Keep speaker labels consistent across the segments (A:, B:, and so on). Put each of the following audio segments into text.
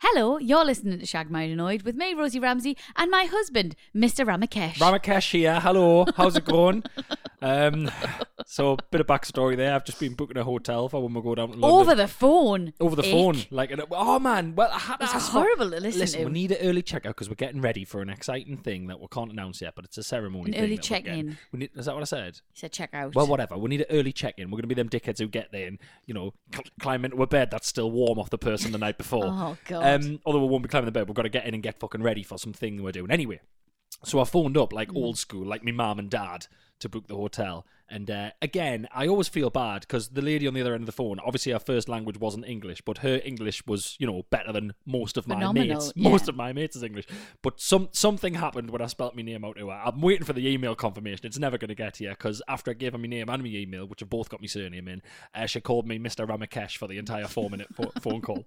A: Hello, you're listening to Shagmite Annoyed with me, Rosie Ramsey, and my husband, Mr. Ramakesh.
B: Ramakesh here. Hello. How's it going? um, so, a bit of backstory there. I've just been booking a hotel for when we go down to London.
A: Over the phone.
B: Over the
A: Ick.
B: phone, like and- oh man, well I had to
A: It's
B: ask
A: horrible to listen to.
B: We need an early checkout because we're getting ready for an exciting thing that we can't announce yet, but it's a ceremony.
A: An
B: thing
A: early
B: that we're getting.
A: check-in.
B: We need, is that what I said?
A: He said, check out.
B: Well, whatever. We need an early check-in. We're going to be them dickheads who get there and you know cl- climb into a bed that's still warm off the person the night before.
A: Oh, God.
B: Um, although we won't be climbing the bed, we've got to get in and get fucking ready for something we're doing anyway. So I phoned up
A: Mm.
B: like old school, like me mum and dad to book the hotel. And uh, again, I always feel bad because the lady on the other end of the phone, obviously her first language wasn't English, but her English was, you know, better than most of my
A: Phenomenal,
B: mates.
A: yeah.
B: Most of my mates is English. But some something happened when I spelt my name out to her. I'm waiting for the email confirmation. It's never going to get here because after I gave her my name and my email, which have both got my surname in, uh, she called me Mr. Ramakesh for the entire four minute pho- phone call.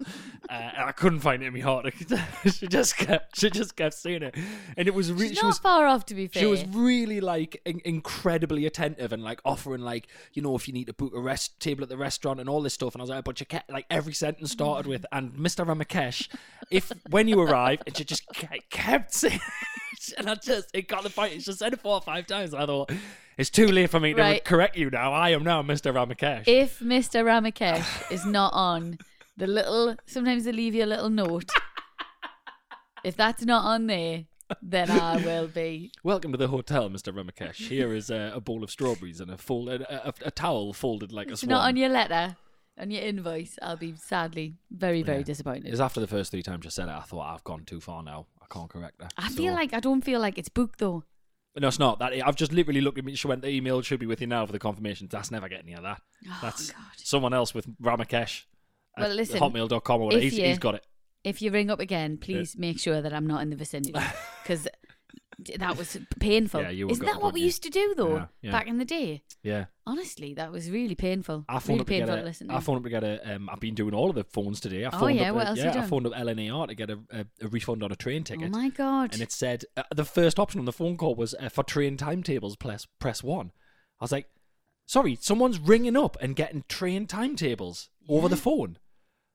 B: Uh, and I couldn't find it in my heart. she just kept she just kept saying it. And it was really
A: She's
B: she
A: not
B: was
A: far off, to be fair.
B: she was really like in- incredibly attentive and like offering like you know if you need to book a rest table at the restaurant and all this stuff. And I was like, "Oh, but you kept like every sentence started with and Mr. Ramakesh, if when you arrive, and she just ke- kept saying. it. And I just, it got the fight. She said it four or five times. And I thought, it's too late for me to
A: Right.
B: correct you now. I am now Mr. Ramakesh.
A: If Mr. Ramakesh is not on, the little, sometimes they leave you a little note. if that's not on there, then I will be.
B: Welcome to the hotel, Mr. Ramakesh. Here is a, a bowl of strawberries and a, fold, a, a, a towel folded like a
A: It's
B: swan.
A: not on your letter, on your invoice. I'll be sadly very, very
B: Yeah. It
A: disappointed.
B: was after the first three times I said it, I thought I've gone too far now. I can't correct that.
A: I
B: So-
A: feel like I don't feel like it's booked though.
B: no, it's not. That I've just literally looked at me. She went, "The email should be with you now for the confirmation." That's never getting near that. That's someone else with Ramakesh at
A: Oh, Well, listen,
B: hotmail.com or whatever.
A: if
B: He's,
A: you-
B: he's got it.
A: If you ring up again, please make sure that I'm not in the vicinity because that was painful.
B: Yeah, you were
A: Isn't
B: got
A: that
B: up,
A: what
B: weren't
A: we
B: you?
A: used to do though
B: Yeah, yeah.
A: back in the day?
B: Yeah.
A: Honestly, that was really painful.
B: I phoned
A: really
B: up to get
A: painful
B: a,
A: to listen to.
B: I phoned up to get a. Um, I've been doing all of the phones today. I
A: Oh,
B: phoned
A: yeah,
B: up,
A: what
B: a,
A: else you
B: yeah, I
A: done?
B: phoned up LNAR to get a, a, a refund on a train ticket.
A: Oh my god!
B: And it said uh, the first option on the phone call was uh, for train timetables. Press press one. I was like, sorry, someone's ringing up and getting train timetables over the phone.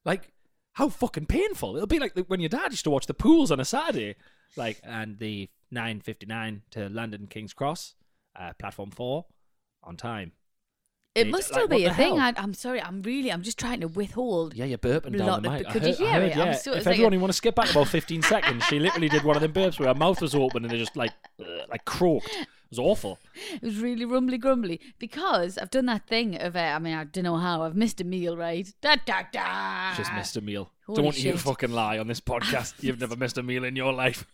B: Like, how fucking painful! It'll be like the, when your dad used to watch the pools on a Saturday, like and the nine fifty nine to London Kings Cross, uh, platform four, on time.
A: It
B: It-
A: must
B: like,
A: still
B: what
A: be a
B: the
A: thing. I,
B: hell?
A: I'm sorry. I'm really. I'm just trying to withhold.
B: Yeah, you're burping down
A: Lot
B: the
A: of-
B: mic. I
A: could
B: heard-
A: you
B: I
A: hear
B: heard,
A: it? I'm
B: Yeah.
A: sort of
B: if
A: like-
B: everyone, you want to skip back about 15 seconds, she literally did one of them burps where her mouth was open and it just like, uh, like croaked. It was awful.
A: It was really rumbly grumbly because I've done that thing of. Uh, I mean, I don't know how. I've missed a meal, right? Da da da.
B: Just missed a meal.
A: Ah. Holy
B: Don't you
A: shit.
B: fucking lie on this podcast. You've never missed a meal in your life.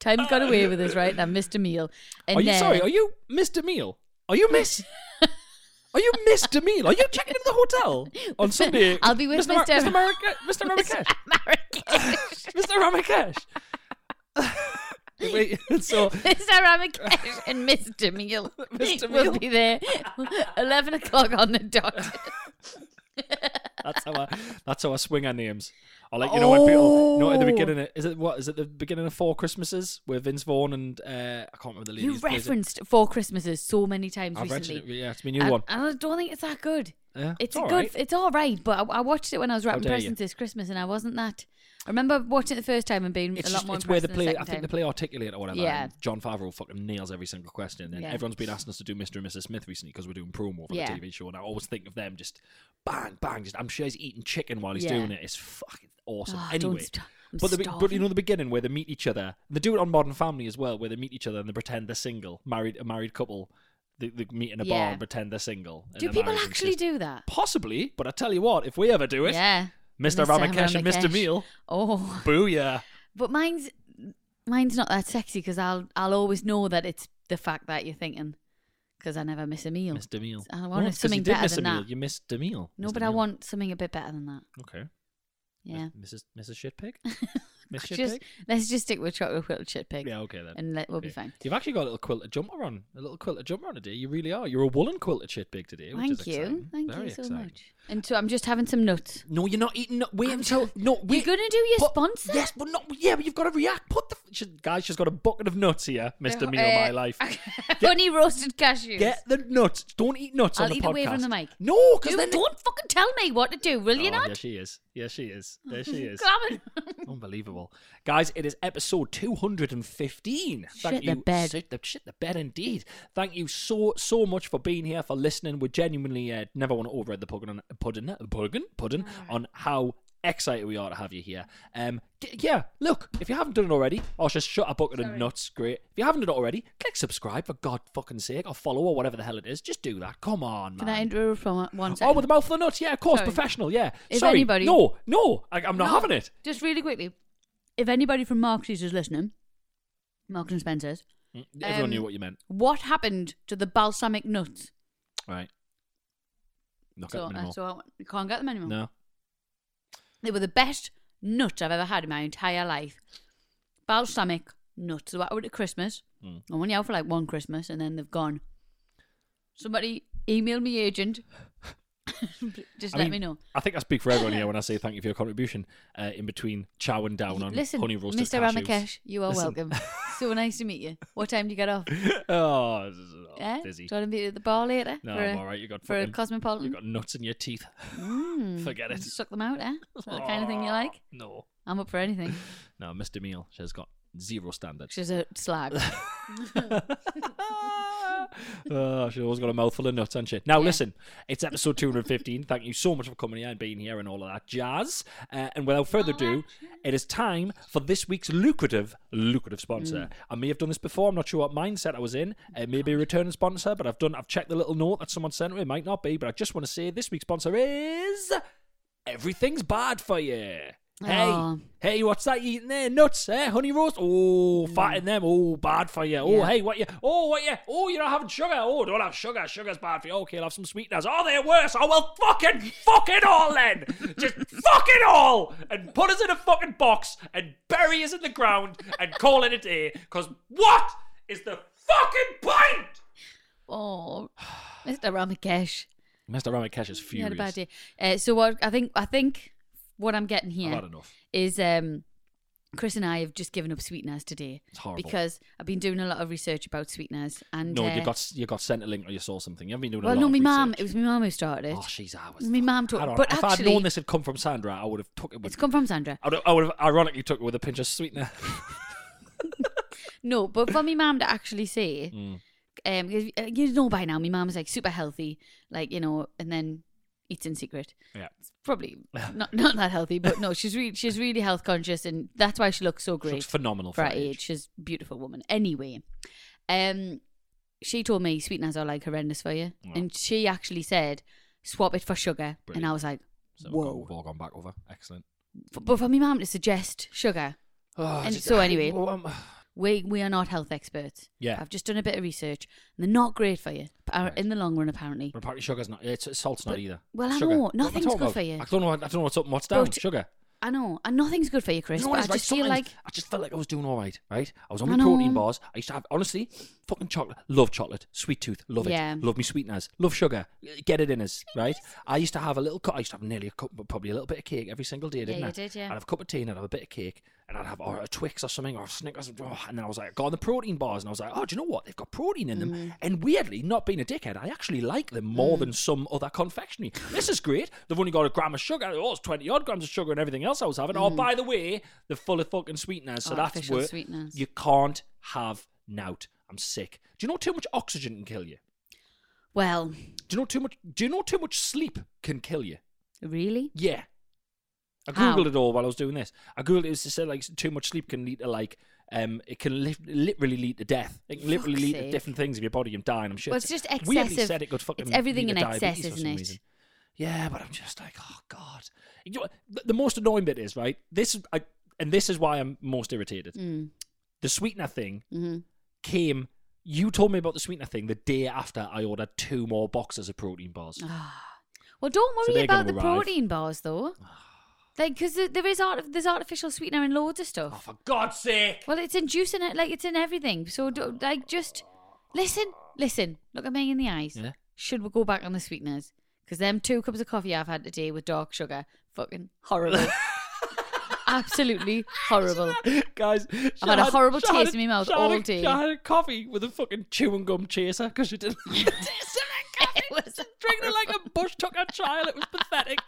A: Time's got away with us, right? And I missed a meal. And
B: are you
A: then,
B: sorry? Are you Mr. Meal? Are you Miss? Are you Mr. Meal? Are you checking into the hotel on Sunday?
A: I'll be with
B: Mr. Mar-
A: Mr.
B: Mr. Marake- Mr. Marrakesh. Mr. Ramakesh. Wait, so
A: Mr. Ramakesh and Mr. Meal
B: Mr.
A: will
B: Meal.
A: be there. 11 o'clock on the dot.
B: that's how I that's how I swing our names. Or like you know when people you know at the
A: Oh.
B: beginning of, is it what is it the beginning of Four Christmases with Vince Vaughn and uh, I can't remember the
A: You
B: lady's name.
A: referenced Four Christmases so many times
B: I've
A: recently. Um,
B: mentioned it. Yeah, it's my new
A: and,
B: one.
A: and I don't think it's that good.
B: Yeah,
A: It's,
B: all
A: a good.
B: right.
A: It's all right, but I, I watched it when I was wrapping
B: dare you.
A: presents this Christmas, and I wasn't that. I remember watching it the first time and being
B: It's
A: a lot
B: just
A: more.
B: it's where the
A: impressed
B: play.
A: than
B: I think
A: second
B: the play articulate or whatever.
A: Yeah.
B: and John Favreau fucking nails every single question, and
A: Yeah.
B: everyone's been asking us to do Mr. and Mrs. Smith recently because we're doing promo for
A: Yeah.
B: the TV show, and I always think of them just bang bang. Just I'm sure he's eating chicken while he's
A: Yeah.
B: doing it. It's fucking awesome.
A: Oh, don't
B: anyway,
A: st- I'm
B: but the be- but you
A: starving.
B: know the beginning where they meet each other. They do it on Modern Family as well, where they meet each other and they pretend they're single, married a married couple. They, they meet in a bar
A: Yeah.
B: and pretend they're single. and
A: Do
B: they're
A: people
B: married, and it's
A: actually
B: just-
A: do that?
B: Possibly, but I tell you what, if we ever do it,
A: Yeah.
B: Mr. Ramakesh and Mr.
A: Ramakesh.
B: Meal,
A: Oh,
B: booyah.
A: but mine's mine's not that sexy because I'll I'll always know that it's the fact that you're thinking because I never miss a meal.
B: Mr. Meal.
A: I
B: No,
A: wanted
B: it's 'cause
A: something
B: you did
A: better
B: miss
A: than
B: a meal.
A: that.
B: You missed a meal.
A: No,
B: Missed
A: but
B: a
A: I
B: meal.
A: want something a bit better than that.
B: Okay.
A: Yeah.
B: Miss- Mrs. Mrs. Shitpig? Miss Shitpig?
A: Just let's just stick with chocolate whipped chip pig.
B: Yeah, okay then.
A: and let, we'll be
B: Okay.
A: fine.
B: You've actually got a little quilted jumper on. A little quilted jumper on today. You really are. You're a woolen quilted shitpig today. Which
A: Thank
B: is
A: you,
B: exciting.
A: thank
B: Very
A: you so
B: exciting.
A: much. And so I'm just having some nuts.
B: No, you're not eating. nut- Wait
A: I'm
B: until
A: tr-
B: no.
A: You're
B: Wait,
A: gonna do your
B: But-
A: sponsor?
B: Yes, but not. Yeah, but you've got to react. Put the she, guys. She's got a bucket of nuts here, Mister
A: Uh,
B: Meal. My life.
A: Honey roasted cashews.
B: Get the nuts. Don't eat nuts on
A: I'll
B: the
A: eat
B: podcast.
A: away from the mic.
B: No, because
A: You
B: then
A: don't fucking tell me what to do, will you
B: Oh,
A: not?
B: There she is. Yes, she is. There she is.
A: Come on.
B: Unbelievable, guys! It is episode two hundred and fifteen.
A: Shit the bed.
B: Shit the, shit the bed, indeed. Thank you so so much for being here for listening. We genuinely uh, never want to override the pudding on pudding pudding pudding on how excited we are to have you here. Um, g- yeah, look, if you haven't done it already, or just shut a bucket of nuts, great. If you haven't done it already, click subscribe for God fucking sake, or follow or whatever the hell it is. Just do that. Come on, man.
A: Can I interrupt for one- one
B: Oh,
A: second?
B: with a mouthful of nuts, yeah, of course,
A: Sorry.
B: professional, yeah.
A: If
B: Sorry,
A: anybody-
B: no, no, I, I'm not
A: No,
B: having it.
A: Just really quickly, if anybody from Marx's is listening, Marks and Spencer's,
B: Everyone
A: Um,
B: knew what you meant.
A: what happened to the balsamic nuts?
B: Right. Not
A: so,
B: got them
A: uh,
B: anymore.
A: so I want- you can't get them anymore.
B: no.
A: They were the best nut I've ever had in my entire life. Balsamic nuts. So I ordered at Christmas.
B: Mm.
A: I went out for like one Christmas and then they've gone. Somebody emailed me agent. Just
B: I
A: let
B: mean,
A: me know.
B: I think I speak for everyone here when I say thank you for your contribution uh, in between chowing down on
A: Listen,
B: honey roasted
A: Mr.
B: cashews.
A: Ramakesh, you are
B: Listen.
A: welcome. so nice to meet you. What time do you get off?
B: oh, this is- oh,
A: Yeah? Do
B: dizzy.
A: you want to meet at the bar later?
B: No,
A: for
B: I'm
A: a-
B: all right. You got
A: for a
B: fucking-
A: cosmopolitan?
B: You got nuts in your teeth.
A: Mm.
B: Forget it.
A: Suck them out, eh? Is that the kind of thing you like?
B: No,
A: I'm up for anything.
B: no, Mr. Meal. She's got zero standards.
A: She's a slag.
B: oh, she's always got a mouthful of nuts, hasn't she? Now, listen, it's episode 215. Thank you so much for coming here and being here and all of that jazz. Uh, and without further ado, it is time for this week's lucrative, lucrative sponsor. I may have done this before. I'm not sure what mindset I was in. It may be a returning sponsor, but I've done. I've checked the little note that someone sent me. It might not be, but I just want to say this week's sponsor is everything's bad for you. Hey,
A: Oh.
B: hey, what's that you eating there? Nuts, eh? Honey roast? Oh, fat in them. Oh, bad for you. Oh,
A: Mm. Yeah.
B: hey, what you? Oh, what you? Oh, you're not having sugar. Oh, don't have sugar. Sugar's bad for you. Okay, I'll have some sweeteners. Oh, they're worse. Oh, well, fucking, fuck it all then. Just fuck it all and put us in a fucking box and bury us in the ground and call it a day. Because what is the fucking point?
A: Oh, Mr. Ramakesh.
B: Mr. Ramakesh is
A: You
B: furious.
A: had a bad day. Uh, so what I think I think what I'm getting
B: I've
A: here
B: had enough.
A: is um, Chris and I have just given up sweeteners today
B: It's horrible.
A: because I've been doing a lot of research about sweeteners and
B: no,
A: uh,
B: you got you got sent a link or you saw something. You haven't been doing a
A: well,
B: lot
A: no,
B: of
A: my mum.
B: research.
A: It was my mum who started. it.
B: Oh, she's I was.
A: My mum
B: I
A: told.
B: don't-
A: But
B: if I'd
A: actually,
B: known this had come from Sandra, I would have took it with.
A: it's come from Sandra.
B: I would, have, I would have ironically took it with a pinch of sweetener.
A: No, but for my mum to actually say,
B: Mm.
A: um, 'cause, uh, you know by now, my mum's like super healthy, like you know, and then eats in secret.
B: yeah.
A: It's probably not not that healthy, but no, she's really she's really health conscious, and that's why she looks so
B: She
A: great.
B: looks phenomenal
A: for
B: for
A: her
B: her
A: age. She's a beautiful woman. Anyway, um, she told me sweeteners are like horrendous for you,
B: Wow.
A: and she actually said swap it for sugar, and I
B: Brilliant.
A: was like,
B: So
A: Whoa.
B: We've all gone back over. Excellent.
A: f- but for my mum to suggest sugar,
B: Oh,
A: And so anyway-
B: well, um,
A: we we are not health experts.
B: Yeah.
A: I've just done a bit of research, and they're not great for you pa- in the long run, apparently.
B: but apparently sugar's not. It's, it's salt's not either.
A: well, I
B: Sugar.
A: know,
B: What am I
A: nothing's
B: talking
A: good
B: about?
A: for you.
B: I don't know. I don't know what's up and what's down.
A: But-
B: sugar.
A: I know, and nothing's good for you, Chris.
B: You know what
A: but I
B: it's like?
A: just feel
B: Sometimes
A: like
B: I just felt like I was doing all right, right? I was on
A: I
B: my protein
A: know.
B: bars. I used to have, honestly, fucking chocolate. Love chocolate. Sweet tooth. Love
A: Yeah.
B: it. Love me sweeteners. Love sugar. Get it in us, right? I used to have a little cup. I used to have nearly a cup, but probably a little bit of cake every single day, didn't
A: you
B: I?
A: did, yeah.
B: I'd have a cup of tea and I'd have a bit of cake. and I'd have or a Twix or something or a Snickers, oh, and then I was like, I got on the protein bars, and I was like, oh, do you know what? They've got protein in them.
A: Mm.
B: And weirdly, not being a dickhead, I actually like them more than some other confectionery. this is great. They've only got a gram of sugar. Oh, it's twenty odd grams of sugar and everything else I was having. Oh, by the way, they're full of fucking sweeteners, so that's
A: Mm. Artificial
B: what
A: sweeteners.
B: you can't have nout. I'm sick. Do you know too much oxygen can kill you?
A: Well,
B: Do you know too much? Do you know too much sleep can kill you?
A: really?
B: Yeah. I
A: How?
B: googled it all while I was doing this. I googled it, it said like too much sleep can lead to like um it can li- literally lead to death. It can literally
A: Fuck's
B: lead to
A: sake.
B: different things in your body and dying. I'm sure.
A: Well, it's just
B: Weirdly
A: excessive-
B: said it could
A: it's
B: fucking
A: everything in
B: lead to diabetes
A: excess,
B: for
A: isn't
B: some
A: it?
B: reason. Yeah, but I'm just like, oh god. You know, what? the, the most annoying bit is right. This is I, and this is why I'm most irritated. The sweetener thing
A: Hmm. Mm-hmm.
B: came. You told me about the sweetener thing the day after I ordered two more boxes of protein bars.
A: Ah. Well, don't
B: So
A: worry
B: they're
A: about
B: gonna
A: the
B: arrive.
A: protein bars though, like because there is art, there's artificial sweetener in loads of stuff.
B: Oh, for God's sake!
A: Well, it's inducing it, like it's in everything. So, do, like, just listen, listen. Look at me in the eyes.
B: Yeah.
A: Should we go back on the sweeteners? Because them two cups of coffee I've had today with dark sugar, fucking horrible. Absolutely horrible.
B: Guys,
A: I've had a horrible
B: she had
A: taste in my mouth
B: she had
A: all
B: a-
A: day.
B: She had a coffee with a fucking chewing gum chaser because she didn't like the taste of it.
A: it was
B: Drinking it like a bush tucker child. It was pathetic.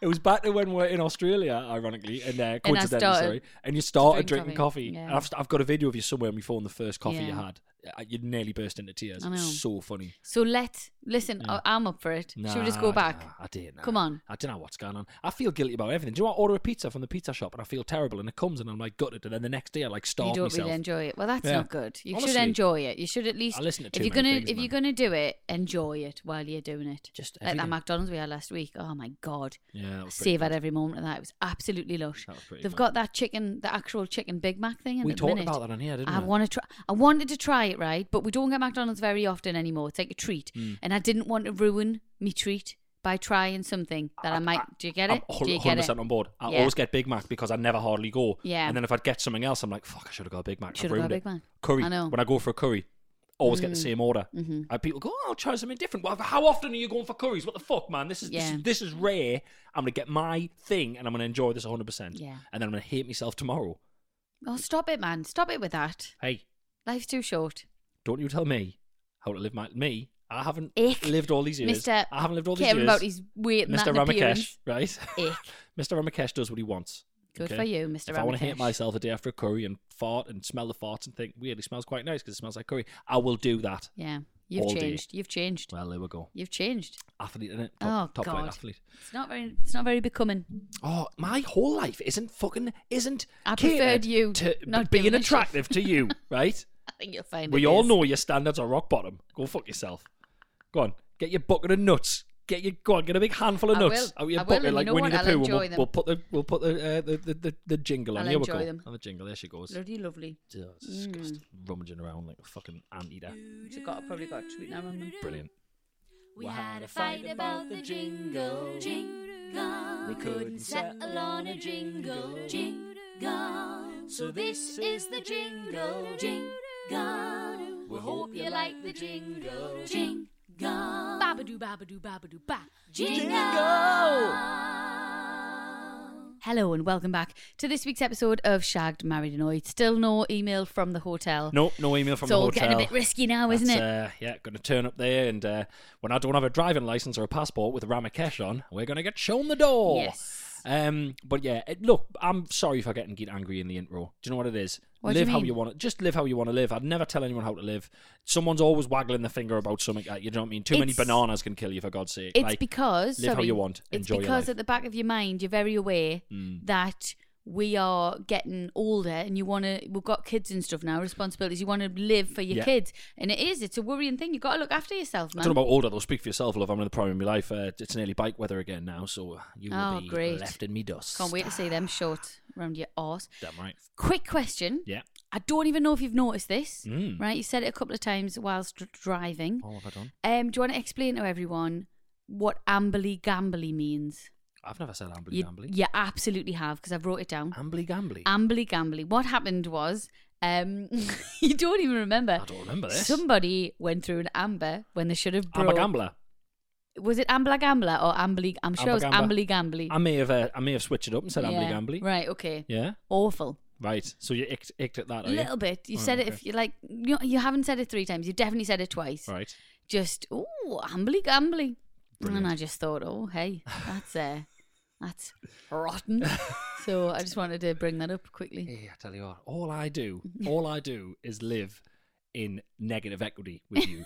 B: It was back to when we were in Australia, ironically, and uh, coincidentally,
A: started
B: sorry. And you started
A: drink
B: drinking coffee.
A: coffee. Yeah.
B: And I've, I've got a video of you somewhere on your phone, the first coffee you
A: Yeah.
B: had. Uh, You nearly burst into tears.
A: I
B: It was
A: know.
B: so funny.
A: So let listen. I, I'm up for it. Should we just go
B: Nah,
A: back?
B: nah, I didn't.
A: Come on.
B: I don't know what's going on. I feel guilty about everything. Do you want to order a pizza from the pizza shop and I feel terrible and it comes and I'm like gutted and then the next day I like starve
A: you don't
B: myself.
A: really enjoy it. Well, that's
B: Yeah.
A: not good. You
B: Honestly.
A: should enjoy it. You should at least.
B: I listen to
A: if
B: too
A: you're
B: many
A: gonna
B: things,
A: if
B: man.
A: you're gonna do it, enjoy it while you're doing it.
B: Just
A: like that
B: everything.
A: McDonald's we had last week. Oh my god.
B: Yeah, that was pretty
A: Savoured every moment of that. It was absolutely lush.
B: That was pretty
A: They've
B: good.
A: got that chicken, the actual chicken Big Mac thing. In
B: We
A: at the
B: talked
A: minute.
B: about that on here, didn't
A: I
B: we?
A: want to try. I wanted to try it, right? But we don't get McDonald's very often anymore. It's like a treat,
B: Mm.
A: and I didn't want to ruin me treat by trying something that I, might. do you get
B: Ah, I'm
A: it? Do you get
B: 100%
A: it?
B: on board. I
A: Yeah.
B: always get Big Mac because I never hardly go.
A: Yeah.
B: And then if I'd get something else, I'm like, fuck, I should have got a Big Mac. I've
A: Should have got a
B: ruined
A: Big
B: it.
A: Mac.
B: Curry.
A: I know. Mm. Mm-hmm.
B: When I go for a curry, always get the same order. And people go, oh, I'll try something different. Well, how often are you going for curries? What the fuck, man? This is this,
A: Yeah.
B: is, this is rare. I'm going to get my thing and I'm going to enjoy this 100%.
A: Yeah.
B: And then I'm going to hate myself tomorrow.
A: Oh, stop it, man! Stop it with that.
B: Hey,
A: Life's too short.
B: don't you tell me how to live my. Me, I haven't
A: Ick.
B: lived all these years.
A: Mister,
B: I haven't lived all these
A: caring
B: years.
A: about his weight and that and
B: Mr. Ramakesh, right?
A: appearance. Ick.
B: Mr. Ramakesh does what he wants.
A: Good for you, Mr.
B: If I want to hate
A: Ramakesh.
B: myself a day after a curry and fart and smell the farts and think, weird, it smells quite nice because it smells like curry, I will do that.
A: Yeah, you've
B: All day.
A: changed. You've changed.
B: Well, there we go.
A: You've changed.
B: Athlete, innit?
A: oh
B: Top, top
A: God,
B: line athlete.
A: it's not very. It's not very becoming.
B: Oh, my whole life isn't fucking, isn't.
A: I
B: catered
A: preferred you
B: to
A: not
B: being
A: giving a shit.
B: attractive to you, right?
A: I think you'll find.
B: we
A: it
B: all
A: is.
B: know your standards are rock bottom. Go fuck yourself. Go on, get your bucket of nuts. Get your go on, get a big handful of
A: I
B: nuts
A: will.
B: out your
A: I will,
B: bucket
A: and you
B: like
A: know
B: Winnie
A: what?
B: the
A: I'll
B: Pooh. and
A: enjoy
B: We'll,
A: them.
B: we'll put the we'll put the, uh, the, the the the jingle on.
A: I'll
B: Here we
A: enjoy
B: go.
A: them.
B: Have a jingle. There she goes.
A: Bloody lovely.
B: Oh, it's disgusting.
C: Mm.
B: Rummaging around like a fucking anteater.
A: It's got probably got sweetener on them.
B: Brilliant.
C: We had a fight about the jingle, jingle. We couldn't settle on a jingle, jingle. So this is the jingle, jingle. We hope you like the jingle, jingle. Babadoo, babadoo, babadoo, ba. Jingle.
A: Hello and welcome back to this week's episode of Shagged, Married, Annoyed. Still no email from the hotel.
B: Nope, no email from
A: it's
B: the
A: all
B: hotel.
A: getting a bit risky now, isn't
B: That's,
A: it?
B: Uh, yeah, going to turn up there, and uh, when I don't have a driving license or a passport with a Ramakesh on, we're going to get shown the door.
A: Yes.
B: Um, but yeah, it, look, I'm sorry for getting get angry in the intro. Do you know what it is?
A: What do you
B: live how
A: mean?
B: you want to. Just live how you want to live. I'd never tell anyone how to live. Someone's always waggling the finger about something. uh, You know what I mean? Too many
A: It's-
B: bananas can kill you, for God's sake.
A: It's
B: like,
A: because
B: live how
A: sorry,
B: you want,
A: It's
B: enjoy your
A: because
B: life. Mm.
A: at the back of your mind, you're very aware that we are getting older, and you want to. We've got kids and stuff now, responsibilities. You want to live for your
B: Yeah.
A: kids, and it is. It's a worrying thing. You have got to look after yourself,
B: I
A: man.
B: don't know about older though. Speak for yourself, love. I'm in the prime of my life. Uh, it's nearly bike weather again now, so you will
A: Oh,
B: be
A: great.
B: left in me dust.
A: Can't wait to see them short round your arse.
B: Damn right.
A: Quick question.
B: Yeah.
A: I don't even know if you've noticed this,
B: Mm. Oh.
A: right? You said it a couple of times whilst dr- driving.
B: What have I done?
A: Um, do you want to explain to everyone what ambly gambly means?
B: I've never said ambly
A: You,
B: gambly.
A: you absolutely have because I've wrote it down.
B: Ambly gambly.
A: Ambly gambly. What happened was, um, you don't even remember.
B: I don't remember this.
A: Somebody went through an amber when they should have
B: I'm
A: brought.
B: a gambler.
A: Was it ambla gambler or ambly? I'm sure it was
B: Ambagamba.
A: ambly gambly.
B: I may have uh, I may have switched it up and said ambly
A: Yeah.
B: gambly.
A: Right. Okay.
B: Yeah.
A: Awful.
B: Right. So you icked, icked at that,
A: A
B: are you?
A: little bit. You
B: Oh,
A: said it
B: okay.
A: if you like. You, you haven't said it three times. You definitely said it twice.
B: Right.
A: Just oh, ambly gambly,
B: Brilliant.
A: and I just thought, oh, hey, that's uh, that's rotten. so I just wanted to bring that up quickly.
B: Hey, I tell you what, all I do, all I do is live in negative equity with you.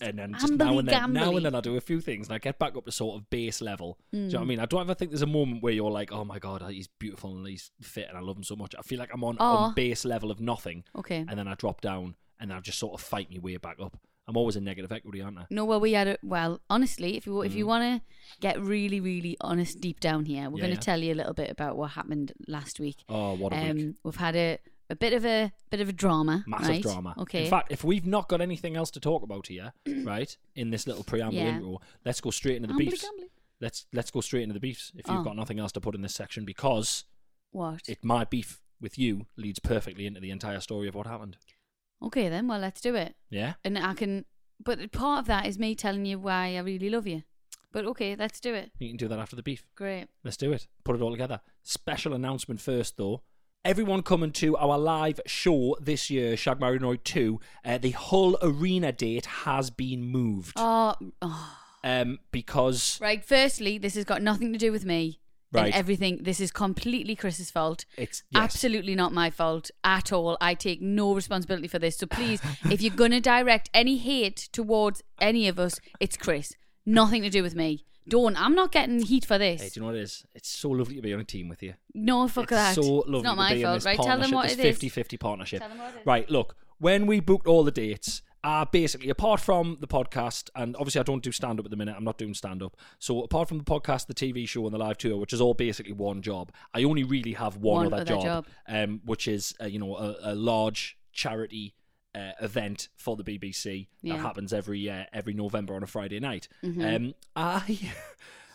B: and then just now and then, now
A: ambly-gambly.
B: and then I do a few things and I get back up to sort of base level. Do you
A: Hmm.
B: know what I mean? I don't ever think there's a moment where you're like, oh my God, he's beautiful and he's fit and I love him so much. I feel like I'm on,
A: Aw.
B: on base level of nothing.
A: Okay.
B: And then I drop down and I just sort of fight my way back up. I'm always in negative equity, aren't I?
A: No, well, we had a well. Honestly, if you if you want to get really, really honest deep down here, we're
B: Mm. Yeah,
A: going to
B: yeah.
A: tell you a little bit about what happened last week.
B: Oh, what a week.
A: We've had a, a bit of a bit of a drama.
B: Massive
A: Um, right?
B: drama.
A: Okay.
B: In fact, if we've not got anything else to talk about here, right, in this little preamble
A: Yeah.
B: intro, let's go straight into the
A: Ambly
B: beefs.
A: gambly.
B: Let's let's go straight into the beefs if you've
A: Oh.
B: got nothing else to put in this section because
A: What?
B: it my beef with you leads perfectly into the entire story of what happened.
A: okay, then. Well, let's do it.
B: Yeah?
A: And I can. But part of that is me telling you why I really love you. But okay, let's do it.
B: You can do that after the beef.
A: Great.
B: Let's do it. Put it all together. Special announcement first, though. Everyone coming to our live show this year, Shag Marinoid 2, uh, the Hull Arena date has been moved.
A: Oh, oh.
B: Um, because
A: right. Firstly, this has got nothing to do with me.
B: Right.
A: And everything. This is completely Chris's fault.
B: it's. Yes.
A: Absolutely not my fault at all. I take no responsibility for this. So please, if you're going to direct any hate towards any of us, it's Chris. Nothing to do with me. Dawn, I'm not getting heat for this.
B: Hey, do you know what it is? It's so lovely to be on a team with you.
A: no, fuck
B: it's
A: that.
B: So lovely
A: it's not
B: to
A: my
B: be in
A: fault,
B: this
A: right? Tell them
B: partnership,
A: what it
B: this
A: is.
B: 50-50 partnership.
A: Tell them what it is.
B: Right, look, when we booked all the dates, uh, basically, apart from the podcast, and obviously I don't do stand-up at the minute, I'm not doing stand-up, so apart from the podcast, the TV show, and the live tour, which is all basically one job, I only really have one, other, job, Um, which is, uh, you know, a, a large charity uh, event for the BBC
A: Yeah.
B: that happens every uh, every November on a Friday night. Um, I...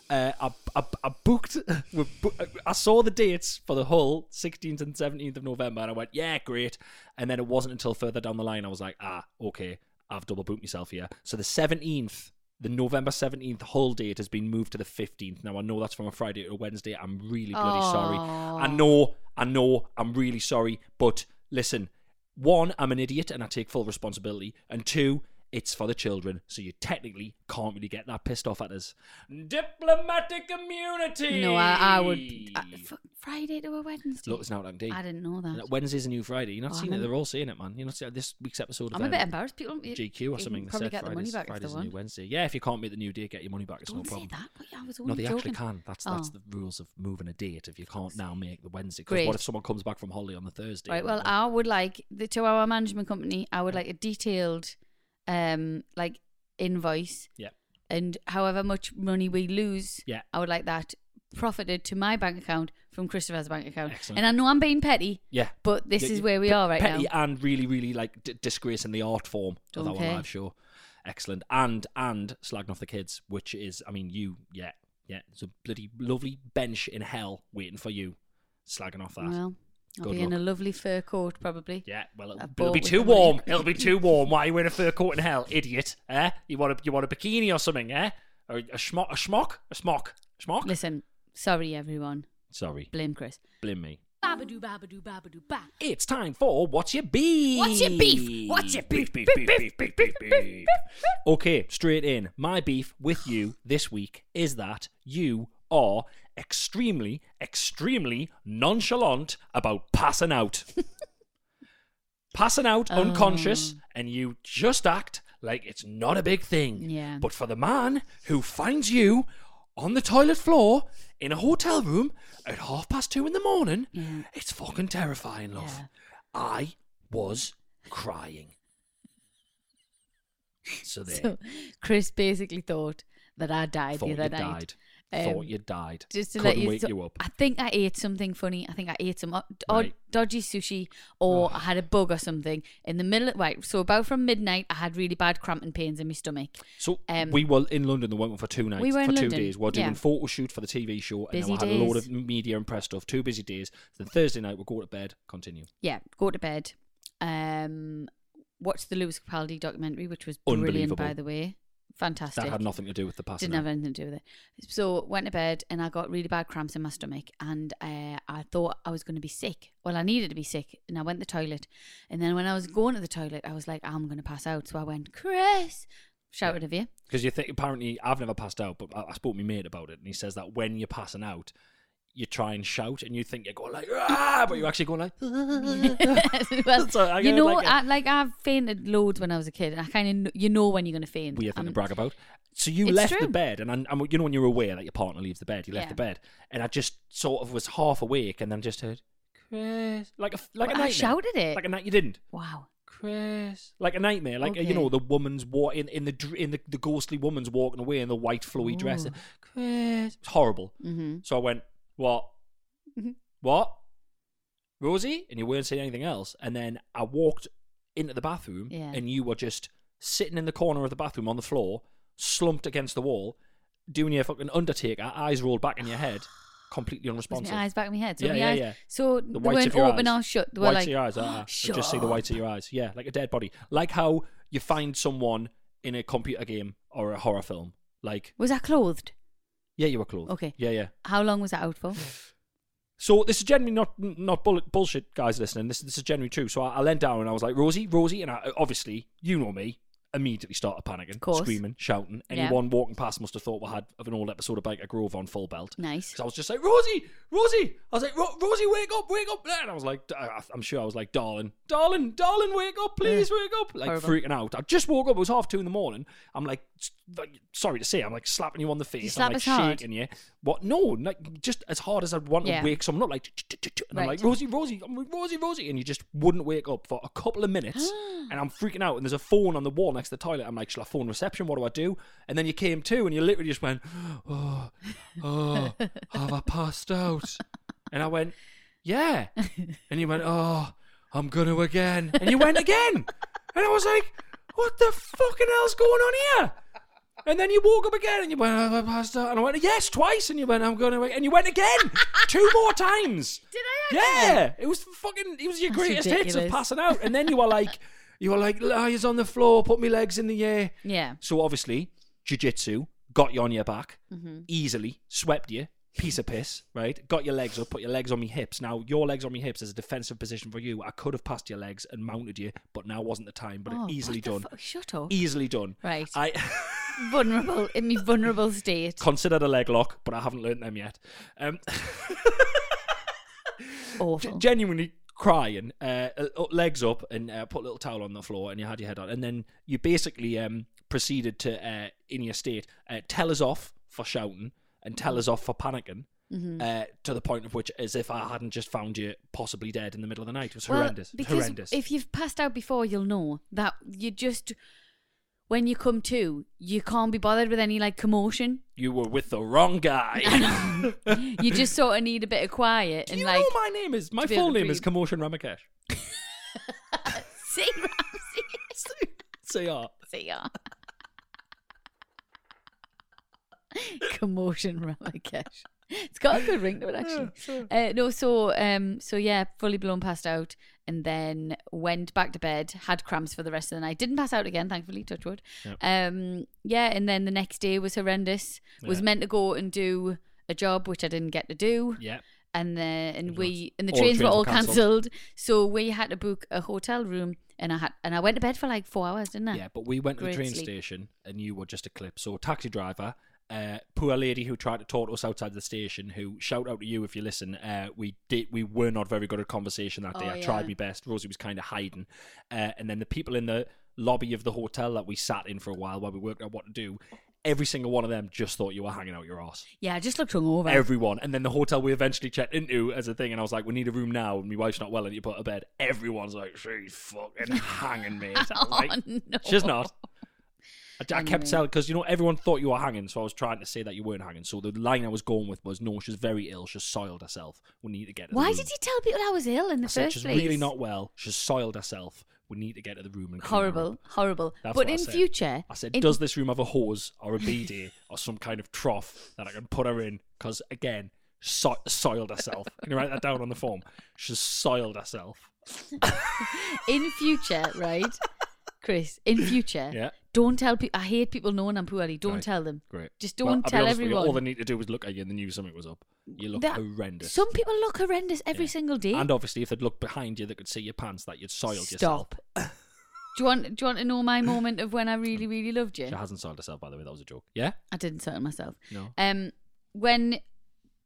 B: Uh, I, I, I booked. we bo- I saw the dates for the Hull, 16th and 17th of November, and I went, "Yeah, great." And then it wasn't until further down the line I was like, "Ah, okay, I've double booked myself here." So the 17th, the November 17th Hull date has been moved to the 15th. Now I know that's from a Friday to a Wednesday. I'm really bloody sorry. I know, I know, I'm really sorry, but listen, one, I'm an idiot and I take full responsibility. And two, it's for the children, so you technically can't really get that pissed off at us. Diplomatic immunity.
A: No, I, I would. I, f- Friday to a Wednesday.
B: Look, it's now like D.
A: I didn't know that.
B: Wednesday's a new Friday. You're not
A: Oh, I
B: seeing it.
A: remember-
B: They're all saying it, man. You're not seeing this week's episode of
A: I'm a
B: um,
A: bit embarrassed. People you-
B: GQ or
A: you
B: something. that
A: Probably
B: said
A: get the money
B: Friday's,
A: back if
B: Friday's
A: they
B: a new
A: want.
B: Wednesday. Yeah, if you can't make the new date, get your money back. It's
A: Don't
B: no
A: say
B: problem.
A: that. I was only
B: No, they actually
A: joking.
B: can. That's that's
A: Oh.
B: the rules of moving a date. If you can't now make the Wednesday, 'Cause
A: Great.
B: what if someone comes back from holiday on the Thursday?
A: Right. Well, I would like the to our management company. I would like a detailed, um, like invoice
B: yeah,
A: and however much money we lose.
B: Yeah.
A: I would like that profited to my bank account from Christopher's bank account.
B: Excellent.
A: And I know I'm being petty.
B: yeah.
A: But this
B: Yeah,
A: is
B: yeah.
A: where we
B: Pe-
A: are right
B: petty
A: now.
B: and really, really like d- disgracing the art form of
A: Okay.
B: our live show. Excellent, and and slagging off the kids, which is, I mean, you, yeah, yeah, it's a bloody lovely bench in hell waiting for you, slagging off that.
A: Well, I'll
B: Good
A: be in a
B: luck.
A: lovely fur coat probably.
B: Yeah, well,
A: I
B: it'll,
A: bought
B: it'll be
A: with
B: too
A: the money.
B: warm. It'll be too warm. Why are you wearing a fur coat in hell, idiot? Eh? You want a you want a bikini or something? Eh? Or a schmock? A schmock? A smock? Schmock?
A: Listen, sorry everyone.
B: Sorry,
A: Blame Chris.
B: blame me.
C: Babadoo, babadoo, babadoo, ba.
B: It's time for what's your beef?
A: What's your beef? What's your beef?
B: Beef, beef, beef, beef, beef, beef. Okay, straight in. My beef with you this week is that you are extremely, extremely nonchalant about passing out. passing out unconscious, and you just act like it's not a big thing.
A: Yeah.
B: But for the man who finds you on the toilet floor in a hotel room at half past two in the morning,
A: Yeah.
B: it's fucking terrifying, love.
A: Yeah.
B: I was crying. So there.
A: So Chris basically thought that I died
B: thought
A: the
B: you
A: other night.
B: died.
A: Um,
B: thought you died.
A: just to let
B: Couldn't
A: you,
B: wake
A: so
B: you up.
A: I think I ate something funny. I think I ate some odd, odd
B: Right. Oh.
A: dodgy sushi, or I had a bug or something in the middle. Of, right, so about from midnight, I had really bad cramping pains in my stomach.
B: So
A: um,
B: we were in London. We went for two nights,
A: We were in
B: for two
A: London,
B: days. We are doing
A: yeah.
B: photo shoot for the TV show, and
A: Busy
B: then I had a load
A: days.
B: of media and press stuff. Two busy days. Then Thursday night, we go to bed. Continue.
A: Yeah, go to bed. Um, watched the Lewis Capaldi documentary, which was brilliant,
B: Unbelievable.
A: by the way. Fantastic.
B: That had nothing to do with the passing.
A: Didn't have anything to do with it. So went to bed and I got really bad cramps in my stomach and uh, I thought I was going to be sick. Well, I needed to be sick and I went to the toilet. And then when I was going to the toilet, I was like, I'm going to pass out. So I went, Chris, shouted of you.
B: Because you think apparently I've never passed out, but I, I spoke to my mate about it, and he says that when you're passing out, you try and shout, and you think you're going like ah, but you're actually going like.
A: well,
B: So I
A: you
B: got
A: know,
B: like a-
A: I, like I've fainted loads when I was a kid. And I kind of, you know, when you're going to faint.
B: weird thing to
A: Um,
B: brag about. So you
A: It's
B: left the
A: true.
B: bed, and I'm, I'm- you know when you're aware that your partner leaves the bed, you left
A: Yeah.
B: the bed, and I just sort of was half awake, and then just heard Chris, like a
A: Well,
B: like
A: I
B: a nightmare.
A: shouted it.
B: like a night you didn't.
A: Wow.
B: Chris, like a nightmare, like you know
A: Okay.
B: the woman's walk in, in the dr- in the, the ghostly woman's walking away in the white flowy dress.
A: Ooh.
B: Chris, it's horrible.
A: Mm-hmm.
B: So I went, what, what, Rosie, and you weren't saying anything else. And then I walked into the bathroom,
A: Yeah.
B: and you were just sitting in the corner of the bathroom on the floor, slumped against the wall, doing your fucking Undertaker, eyes rolled back in your head, completely unresponsive.
A: my eyes back in my head. So
B: Yeah,
A: my
B: yeah,
A: eyes-
B: yeah.
A: So they
B: The whites
A: weren't
B: of your
A: open
B: eyes.
A: or shut. They were
B: whites
A: like, "Oh,
B: of your eyes. ah, I just see the whites of your eyes. Yeah, like a dead body. Like how you find someone in a computer game or a horror film. Like,
A: Was I clothed?
B: yeah, you were clothed.
A: Okay.
B: Yeah, yeah.
A: How long was that out for?
B: So this is generally not not bull- bullshit, guys listening. This this is generally true. So I, I leant down and I was like, Rosie, Rosie, and I, obviously you know me. Immediately started panicking,
A: course.
B: screaming, shouting.
A: Yeah.
B: Anyone walking past must have thought we had of an old episode of Biker Grove on full belt.
A: Nice.
B: So I was just like, Rosie, Rosie. I was like, "Ro- Rosie, wake up, wake up. And I was like, I- I'm sure I was like, darling, darling, darling, wake up, please, wake up. Like
A: Horrible.
B: freaking out. I just woke up. It was half two in the morning. I'm like, s- like, sorry to say, I'm like slapping you on the face.
A: slap
B: I'm like
A: us hard?
B: shaking you. What? No, like just as hard as I'd want
A: Yeah.
B: to wake someone up. Like, "Ch- ch- ch- ch-" and I'm
A: Right.
B: like, Rosie, Rosie, I'm with Rosie, Rosie, and you just wouldn't wake up for a couple of minutes. and I'm freaking out. And there's a phone on the wall next to the toilet. I'm like, shall I phone reception? What do I do? And then you came to, and you literally just went, oh, oh, have I passed out? And I went, yeah. And you went, oh, I'm gonna again. And you went again. And I was like, what the fucking hell's going on here? And then you woke up again and you went, have I passed out? And I went, yes, twice. And you went, I'm going to And you went again two more times. Did
A: I actually?
B: Yeah. It was fucking, it was your
A: That's
B: greatest hits of
A: ridiculous.
B: passing out. And then you were like, you were like, lies on the floor, put me legs in the air.
A: Yeah.
B: So obviously, jiu-jitsu got you on your back
A: Mm-hmm.
B: easily, swept you, piece of piss, right? Got your legs up, put your legs on me hips. Now your legs on me hips is a defensive position for you. I could have passed your legs and mounted you, but now wasn't the time. But
A: Oh,
B: it easily
A: what the
B: done,
A: fu- shut up.
B: easily done.
A: Right.
B: I
A: vulnerable in me vulnerable state.
B: considered a leg lock, but I haven't learnt them yet. Um,
A: Awful.
B: G- genuinely crying, uh, uh, legs up, and uh, put a little towel on the floor, and you had your head on, and then you basically um, proceeded to, uh, in your state, uh, tell us off for shouting and tell us off for panicking.
A: Mm-hmm.
B: Uh, to the point of which, as if I hadn't just found you possibly dead in the middle of the night, it was
A: Well,
B: horrendous.
A: Because
B: horrendous.
A: if you've passed out before, you'll know that you just when you come to, you can't be bothered with any like commotion.
B: you were with the wrong guy.
A: You just sort of need a bit of quiet
B: Do
A: and
B: you
A: like
B: know my name is? My
A: to be able
B: full
A: to
B: name is
A: breathe.
B: Commotion Ramakesh.
A: see Ramsey.
B: CR.
A: See ya. Commotion Ramakesh. It's got a good ring to it, actually. Uh, no, so um, so yeah, fully blown passed out, and then went back to bed. Had cramps for the rest of the night. Didn't pass out again, thankfully. Touch wood. Um, yeah, and then the next day was horrendous. Was
B: Yeah.
A: meant to go and do a job which I didn't get to do
B: Yeah.
A: and the and
B: Good
A: we
B: lads.
A: and the
B: All the
A: trains, were
B: trains
A: all
B: were cancelled.
A: cancelled. So we had to book a hotel room, and I had and I went to bed for like four hours, didn't I?
B: Yeah, but we went to the
A: Great
B: train
A: sleep.
B: station and you were just a clip. So taxi driver, uh, poor lady who tried to talk to us outside the station, who shout out to you if you listen. Uh, we did we were not very good at conversation that day.
A: Oh,
B: I
A: yeah.
B: tried my best. Rosie was kind of hiding, uh, and then the people in the lobby of the hotel that we sat in for a while while we worked out what to do. Every single one of them just thought you were hanging out your ass.
A: Yeah, I just looked hungover.
B: Everyone, and then the hotel we eventually checked into as a thing, and I was like, "We need a room now." And my wife's not well, and you put her to bed. Everyone's like, "She's fucking hanging me." I was like,
A: Oh, no.
B: She's not. I, I
A: Anyway.
B: kept telling because you know everyone thought you were hanging, so I was trying to say that you weren't hanging. So the line I was going with was, "No, she's very ill. She's soiled herself. We need to get." To the
A: Why
B: room."
A: did you tell people I was ill in the
B: I said,
A: first
B: she's
A: place?
B: really not well. She's soiled herself. We need to get to the room and clean her
A: horrible,
B: up."
A: horrible.
B: That's
A: but
B: what I
A: in
B: said.
A: future,
B: I said,
A: in-
B: "Does this room have a hose or a bidet or some kind of trough that I can put her in?" Because again, so- soiled herself. Can you write that down on the form? She's soiled herself.
A: in future, right, Chris? In future,
B: Yeah.
A: Don't tell people. I hate people knowing I'm poorly. Don't
B: Right.
A: tell them.
B: Great.
A: Just
B: Well,
A: don't
B: I'll be
A: tell
B: honest with you,
A: everyone.
B: all they need to do was look at you and they knew something was up. You look
A: That-
B: horrendous.
A: Some people look horrendous every
B: Yeah.
A: single day.
B: And obviously, if they'd looked behind you, they could see your pants that you'd soiled yourself.
A: Stop. do you want? Do you want to know my moment of when I really, really loved you?
B: She hasn't soiled herself, by the way. That was a joke. Yeah?
A: I didn't settle myself.
B: No.
A: Um, when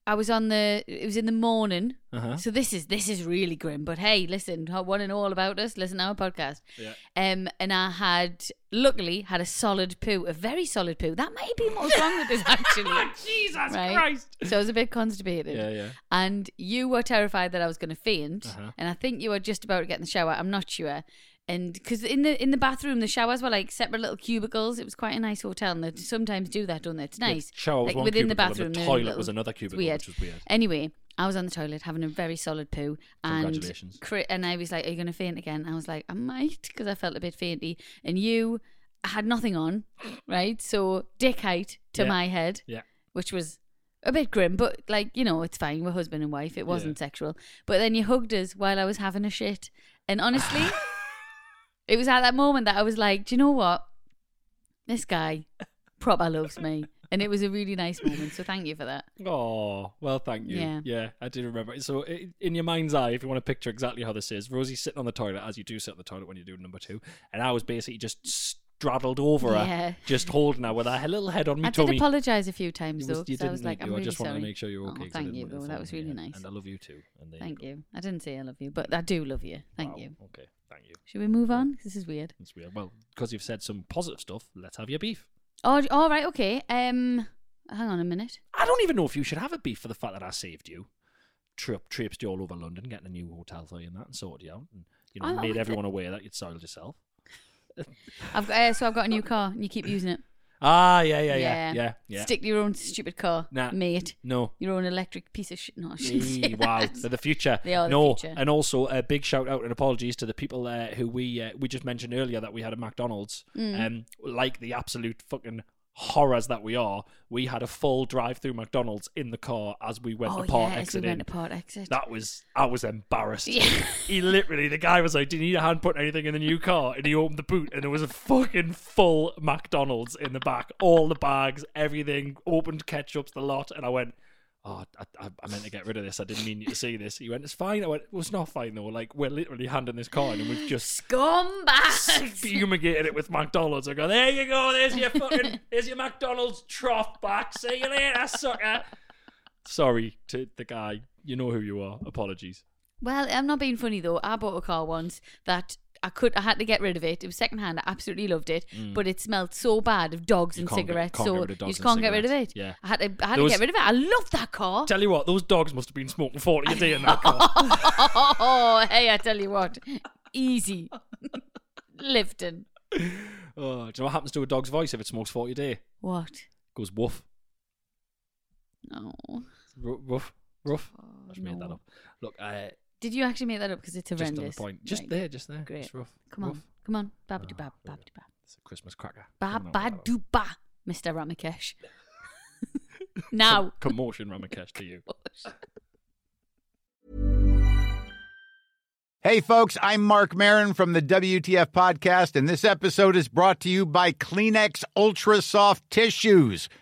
A: I was on the, it was in the morning.
B: Uh huh.
A: So this is this is really grim. But hey, listen, one and all about us. Listen to our podcast.
B: Yeah.
A: Um, and I had luckily had a solid poo, a very solid poo. That might be what was wrong with us actually.
B: Jesus
A: Uh, Right.
B: Christ!
A: So I was a bit constipated.
B: Yeah, yeah.
A: And you were terrified that I was going to faint,
B: Uh-huh.
A: and I think you were just about to get in the shower. I'm not sure. And because in the in the bathroom, the showers were like separate little cubicles. It was quite a nice hotel, and they sometimes do that, don't they? It's nice.
B: shower was
A: like
B: one
A: within the
B: cubicle
A: bathroom,
B: and the
A: they're in
B: toilet
A: little-
B: was another
A: it's
B: cubicle,
A: Weird.
B: which was weird.
A: Anyway, I was on the toilet having a very solid poo, and
B: Congratulations.
A: Chri- and I was like, "Are you going to faint again?" I was like, "I might," because I felt a bit fainty. And you had nothing on, right? So dick height to
B: Yeah.
A: my head
B: Yeah.
A: which was a bit grim, but like, you know, it's fine. We're husband and wife. It wasn't sexual. But then you hugged us while I was having a shit. And honestly, it was at that moment that I was like, do you know what? This guy proper loves me. And it was a really nice moment. So thank you for that.
B: Oh, well, thank you.
A: Yeah.
B: Yeah, I do remember. So, i- in your mind's eye, if you want to picture exactly how this is, Rosie's sitting on the toilet, as you do sit on the toilet when you're doing number two, and I was basically just straddled over
A: Yeah.
B: her, just holding her with her little head on me
A: I did
B: tummy.
A: apologise a few times
B: It
A: though.
B: was- you
A: 'cause I was
B: didn't
A: like,
B: need
A: I'm
B: to. I
A: really
B: just
A: sorry.
B: wanted to make sure you're okay.
A: Oh,
B: 'cause I
A: thank
B: didn't
A: you
B: want to
A: though. That
B: offend
A: was
B: you,
A: really
B: and-
A: nice.
B: And I love you too. And there
A: Thank
B: go.
A: you. I didn't say I love you, but I do love you. Thank
B: Wow,
A: you.
B: Okay, thank you.
A: Should we move on? 'Cause This is weird.
B: It's weird. Well, because you've said some positive stuff, let's have your beef.
A: Oh, all right. Okay. Um, hang on a minute.
B: I don't even know if you should have a beef for the fact that I saved you. Trip traipsed you all over London, getting a new hotel for you and that, and sorted you out, and you know,
A: I-
B: made
A: I-
B: everyone aware that you'd soiled yourself.
A: I've got, uh, so I've got a new car, and you keep using it.
B: Ah, yeah, yeah, yeah, yeah, yeah.
A: Stick to your own stupid car,
B: Nah.
A: mate.
B: No.
A: Your own electric piece of shit. No, I shouldn't say
B: Eee, wow,
A: that.
B: they're the future.
A: They are the
B: no,
A: future.
B: and also a big shout out and apologies to the people uh, who we uh, we just mentioned earlier that we had a McDonald's.
A: Mm.
B: Um, like the absolute fucking horrors that we are, we had a full drive-through McDonald's in the car as we went
A: oh
B: the part
A: yeah, as
B: exit
A: we
B: in.
A: went to part exit.
B: That was I was embarrassed.
A: Yeah.
B: he literally the guy was like, "Do you need a hand put anything in the new car?" And he opened the boot, and there was a fucking full McDonald's in the back, all the bags, everything, opened ketchups, the lot, and I went. Oh, I, I, I meant to get rid of this. I didn't mean you to see this. He went, "It's fine." I went, "Well, it's not fine though. Like we're literally handing this car, in and we've just
A: Scumbags.
B: fumigated it with McDonald's." I go, "There you go. There's your fucking, there's your McDonald's trough back. See you later, sucker." Sorry to the guy. You know who you are. Apologies.
A: well, I'm not being funny though. I bought a car once that. I could. I had to get rid of it. It was secondhand. I absolutely loved it, but it smelled so bad of dogs
B: Mm. You
A: and
B: can't get-
A: cigarettes.
B: can't
A: so
B: get rid of dogs
A: you just
B: and
A: can't get rid of it.
B: cigarettes. Yeah.
A: I had to. I had
B: There
A: to
B: was-
A: get rid of it. I loved that car.
B: Tell you what, those dogs must have been smoking 40 a day in that car.
A: oh, hey, I tell you what, easy, Lifton.
B: oh, do you know what happens to a dog's voice if it smokes 40 a day? It
A: What?
B: goes woof.
A: No.
B: Ru- Ruff. Ruff.
A: Oh,
B: I just made that
A: no.
B: up. Look, uh,
A: Did you actually make that up? Because it's
B: just
A: horrendous.
B: on the point. Just
A: Right.
B: there, just there.
A: Great.
B: Just rough.
A: Come on,
B: rough.
A: come on. Babbity bab,
B: Ah,
A: babbity bab.
B: It's a Christmas cracker. Come
A: Ba ba
B: on, come on.
A: do ba, Mr. Ramakesh. now.
B: Commotion, Ramakesh, to you.
D: Hey, folks, I'm Mark Marin from the WTF Podcast, and this episode is brought to you by Kleenex Ultra Soft Tissues,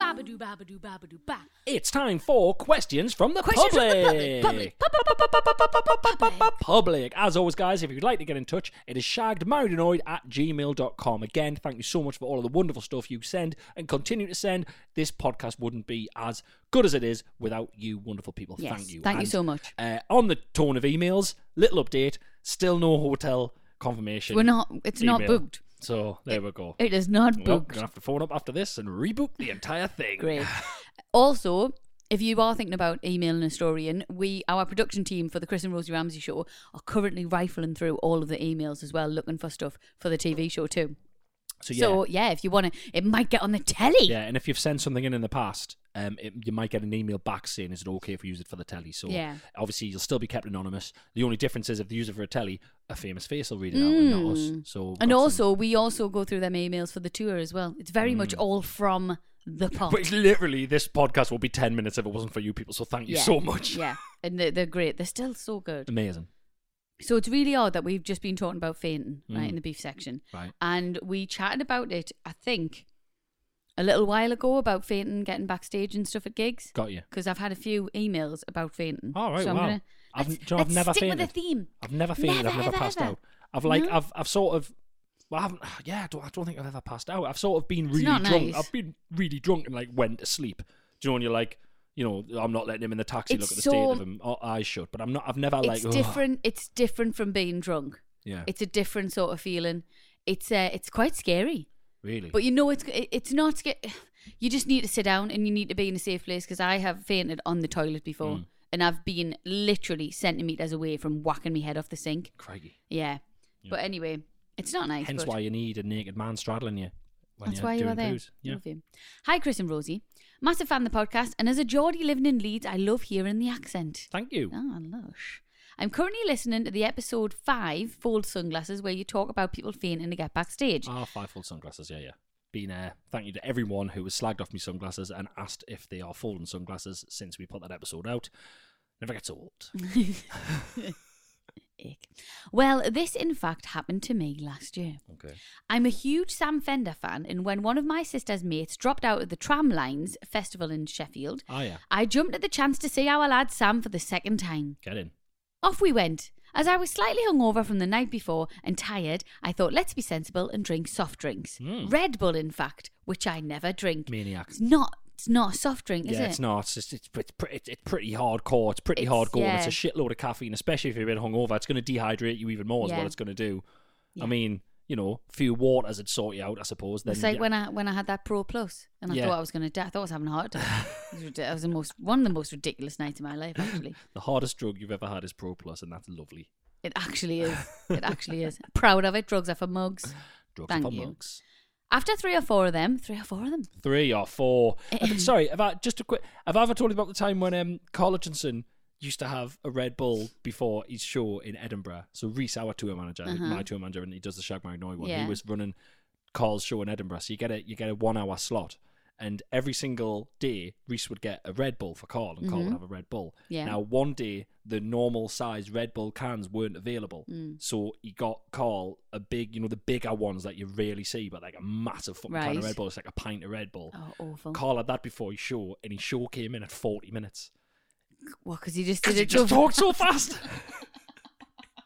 C: Babadoo, babadoo, babadoo, ba.
B: It's time for questions from the
A: Questions from
B: public.
A: the public, public,
B: public. As always, guys, if you'd like to get in touch, it is shaggedmarriedannoyed at gmail.com. Again, thank you so much for all of the wonderful stuff you send and continue to send. This podcast wouldn't be as good as it is without you, wonderful people.
A: Yes,
B: thank you.
A: thank you
B: And,
A: so much.
B: Uh, on the tone of emails, little update, still no hotel confirmation.
A: We're not. It's not
B: email.
A: booked.
B: So there we go.
A: It is not
B: Well,
A: booked.
B: gonna have to phone up after this and rebook the entire thing.
A: Great. also, if you are thinking about emailing a story in, we our production team for the Chris and Rosie Ramsey show are currently rifling through all of the emails as well, looking for stuff for the TV show too.
B: So yeah,
A: so yeah if you want to, it might get on the telly.
B: yeah, and if you've sent something in in the past, um, it, you might get an email back saying, "Is it okay if we use it for the telly?" So
A: Yeah.
B: obviously you'll still be kept anonymous. The only difference is if they use it for a telly, a famous face will read it out and not us.
A: Mm.
B: So we've
A: and
B: got
A: also, we also go through them emails for the tour as well. It's very
B: Mm.
A: much all from the
B: some-
A: pot.
B: which literally this podcast will be ten minutes if it wasn't for you people. So thank you
A: Yeah.
B: so much.
A: Yeah, and they're, they're great. They're still so good.
B: Amazing.
A: So it's really odd that we've just been talking about fainting, right,
B: Mm.
A: in the beef section.
B: Right.
A: And we chatted about it, I think, a little while ago about fainting, getting backstage and stuff at gigs.
B: Got you.
A: Because I've had a few emails about fainting.
B: All right.
A: So I'm
B: wow.
A: gonna-
B: I've,
A: let's-
B: do you know, I've
A: let's
B: never
A: stick
B: fainted.
A: with the theme.
B: I've never fainted. I've never
A: ever,
B: passed
A: ever.
B: out. I've like
A: No?
B: I've I've sort of well I haven't yeah I don't, I don't think I've ever passed out. I've sort of been really
A: not
B: drunk.
A: nice.
B: I've been really drunk and like went to sleep. Do you know when you're like you know I'm not letting him in the taxi.
A: It's
B: look at the
A: so-
B: state of him. Oh, I should, but I'm not. I've never like
A: it's
B: "Ugh."
A: different. It's different from being drunk.
B: Yeah,
A: It's a different sort of feeling. It's uh, it's quite scary.
B: really.
A: But you know, it's it- it's not. sca- You just need to sit down and you need to be in a safe place because I have fainted on the toilet before,
B: Mm.
A: and I've been literally centimeters away from whacking my head off the sink.
B: Crikey.
A: Yeah, but anyway, it's not nice.
B: Hence
A: but
B: why you need a naked man straddling you. When
A: that's
B: you're
A: why you
B: doing
A: are there.
B: Booze. Yeah.
A: Love you. Hi, Chris and Rosie. Massive fan of the podcast, and as a Geordie living in Leeds, I love hearing the accent.
B: Thank you.
A: Ah, lush. I'm currently listening to the episode five, Fold Sunglasses, where you talk about people fainting to get backstage.
B: Ah, five fold sunglasses. Yeah, yeah. Been uh, thank you to everyone who has slagged off me sunglasses and asked if they are folding sunglasses since we put that episode out. Never gets old.
A: Ick. Well, this in fact happened to me last year.
B: Okay.
A: I'm a huge Sam Fender fan, and when one of my sister's mates dropped out of the Tramlines festival in Sheffield,
B: Ah, yeah.
A: I jumped at the chance to see our lad Sam for the second time.
B: Get in.
A: Off we went. As I was slightly hungover from the night before and tired, I thought, let's be sensible and drink soft drinks.
B: Mm.
A: Red Bull, in fact, which I never drink.
B: Maniac.
A: It's not. It's not a soft drink, is
B: yeah,
A: it?
B: it's not. It's just, it's, it's, pre- it's, it's pretty hardcore. It's pretty
A: It's-
B: hardcore. and It's a
A: yeah.
B: shitload of caffeine, especially if you're a bit hungover. It's going to dehydrate you even more, is
A: Yeah.
B: what it's going to do.
A: Yeah.
B: I mean, you know, a few waters would sort you out, I suppose. Then
A: it's like
B: yeah.
A: when I when I had that Pro Plus, and I
B: Yeah.
A: thought I was going to die. I thought I was having a heart attack. It was rid- It was the most one of the most ridiculous nights of my life. Actually,
B: the hardest drug you've ever had is Pro Plus, and that's lovely.
A: it actually is. It actually is. Proud of it. Drugs are for mugs.
B: Drugs
A: Thank
B: for
A: you.
B: mugs.
A: After three or four of them, three or four of them.
B: Three or four. Have- Sorry, have I, just a quick. Have I ever told you about the time when um, Carl Hutchinson used to have a Red Bull before his show in Edinburgh? So Reese, our tour manager,
A: Uh-huh.
B: my tour manager, and he does the Shag Magnoy one.
A: Yeah.
B: He was running Carl's show in Edinburgh. So you get a you get a one hour slot, and every single day Reese would get a Red Bull for Carl, and Carl would have a Red Bull.
A: Mm-hmm. Yeah.
B: Now one day the normal size Red Bull cans weren't available,
A: Mm.
B: so he got Carl a big, you know, the bigger ones that you rarely see, but like a massive fucking can of
A: Right.
B: Red Bull. It's like a pint of Red Bull.
A: Oh, awful.
B: Carl had that before his show, and his show came in at forty minutes.
A: Well, because he just did
B: Because he
A: it.
B: just
A: double-
B: talked so fast.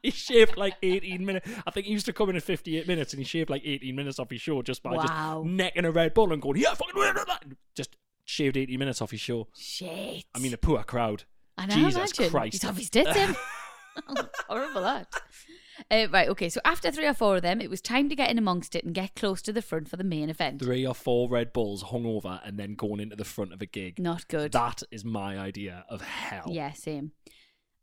B: he shaved like 18 minutes. I think he used to come in at 58 minutes and he shaved like 18 minutes off his show just by
A: Wow.
B: just necking a Red Bull and going, yeah, fucking weird. Just shaved 18 minutes off his show.
A: Shit.
B: I mean, a poor crowd.
A: I know,
B: Jesus
A: imagine.
B: Christ.
A: He's off his tits him. Horrible that. Uh, right, okay, so after three or four of them, it was time to get in amongst it and get close to the front for the main event.
B: Three or four Red Bulls hungover and then going into the front of a gig.
A: Not good.
B: That is my idea of hell.
A: Yeah, same.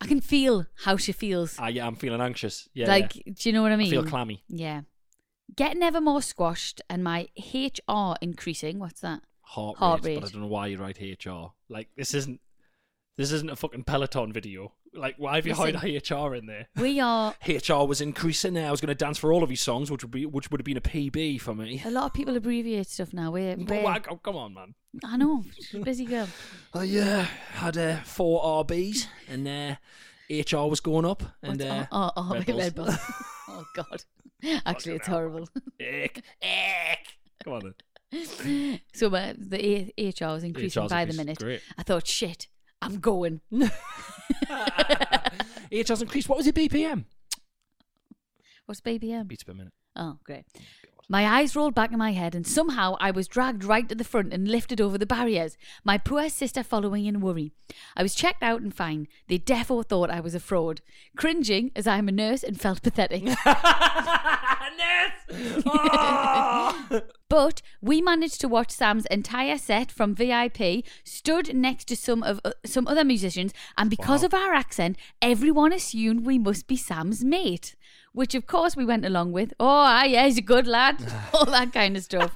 A: I can feel how she feels.
B: I, yeah, I'm feeling anxious. Yeah.
A: like,
B: yeah.
A: do you know what I mean?
B: feel clammy.
A: Yeah. Getting ever more squashed and my HR increasing. What's that?
B: Heart,
A: Heart
B: rate,
A: rate.
B: But I don't know why you write HR. Like, this isn't. This isn't a fucking Peloton video. Like, why have you
A: Listen.
B: hired HR in there?
A: We are.
B: HR was increasing. I was going to dance for all of his songs, which would be which would have been a PB for me.
A: A lot of people abbreviate stuff now. We're,
B: But
A: we're
B: why- oh, come on, man.
A: I know, busy girl.
B: Oh yeah, had uh, four RBs, and uh, HR was going up, and
A: What's-
B: uh,
A: oh, oh, oh,
B: Red
A: Red Bull.
B: Bulls.
A: oh God! Actually, it's horrible.
B: Ick, ick. Come on, then.
A: So uh, the A- HR was increasing Mm.
B: HR's
A: by the
B: increased.
A: minute.
B: Great.
A: I thought, shit, I'm going.
B: HR's increased. What was it BPM?
A: What's BBM?
B: Beats per minute.
A: Oh, great. My eyes rolled back in my head, and somehow I was dragged right to the front and lifted over the barriers, my poor sister following in worry. I was checked out and fine. They defo thought I was a fraud, cringing as I am a nurse and felt pathetic.
B: Ah!
A: But we managed to watch Sam's entire set from VIP, stood next to some of uh, some other musicians, and because of our accent, everyone assumed we must be Sam's mate. Which of course we went along with. Oh, aye, yeah, he's a good lad. All that kind of stuff.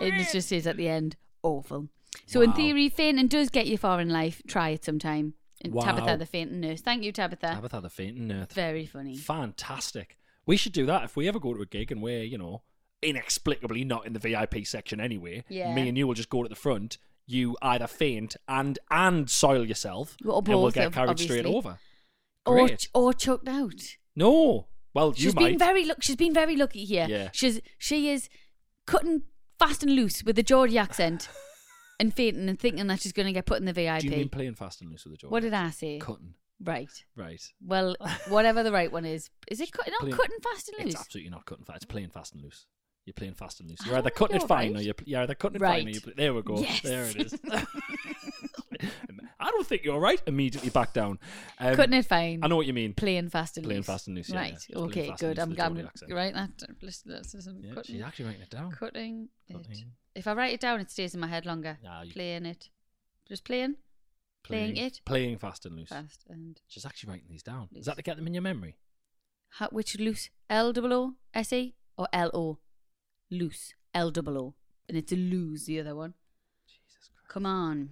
A: it was just says at the end, awful. So in theory, fainting does get you far in life. Try it sometime. And
B: Wow.
A: Tabitha, the fainting nurse. Thank you, Tabitha.
B: Tabitha the fainting nerd.
A: Very funny.
B: Fantastic. We should do that if we ever go to a gig and we're, you know, inexplicably not in the VIP section anyway.
A: Yeah.
B: Me and you will just go to the front. You either faint and and soil yourself,
A: Well,
B: and we'll
A: both
B: get
A: of-
B: carried straight
A: obviously.
B: over.
A: Or,
B: Great.
A: or chucked out.
B: No. Well, you
A: She's
B: might.
A: been very luck. She's been very lucky here.
B: Yeah.
A: She's she is cutting fast and loose with the Geordie accent, and fainting and thinking that she's going to get put in the VIP.
B: Do you mean playing fast and loose with the jaw?
A: what did I say?
B: Cutting.
A: Right.
B: Right.
A: Well, whatever the right one is, is it cut, not
B: Playing-
A: cutting fast and
B: It's
A: loose?
B: absolutely not cutting fast. It's playing fast and loose. You're playing fast and loose.
A: I
B: You're either
A: don't
B: cutting
A: know,
B: it fine or
A: right?
B: you're, you're either cutting it fine or
A: Right.
B: you're. There we go.
A: Yes.
B: There it is. I don't think you're right. Immediately back down. Um,
A: cutting it fine.
B: I know what you mean.
A: Playing fast and
B: Playing
A: loose.
B: fast and loose, yeah, yeah.
A: Right.
B: Just playing
A: Okay.
B: fast
A: Good.
B: and loose
A: I'm.
B: with the
A: I'm
B: Geordie accent.
A: right. That. Let's, let's, let's,
B: Yeah,
A: cutting,
B: she's actually writing it down.
A: cutting it.
B: Cutting.
A: If I write it down, it stays in my head longer.
B: Nah, you-
A: playing it. Just playing. Playing it.
B: Playing fast and loose.
A: Fast and
B: She's actually writing these down.
A: Loose.
B: Is that to get them in your memory?
A: How, which loose? L double O S E or L O? Loose. L double O. And it's a lose, the other one.
B: Jesus Christ.
A: Come on.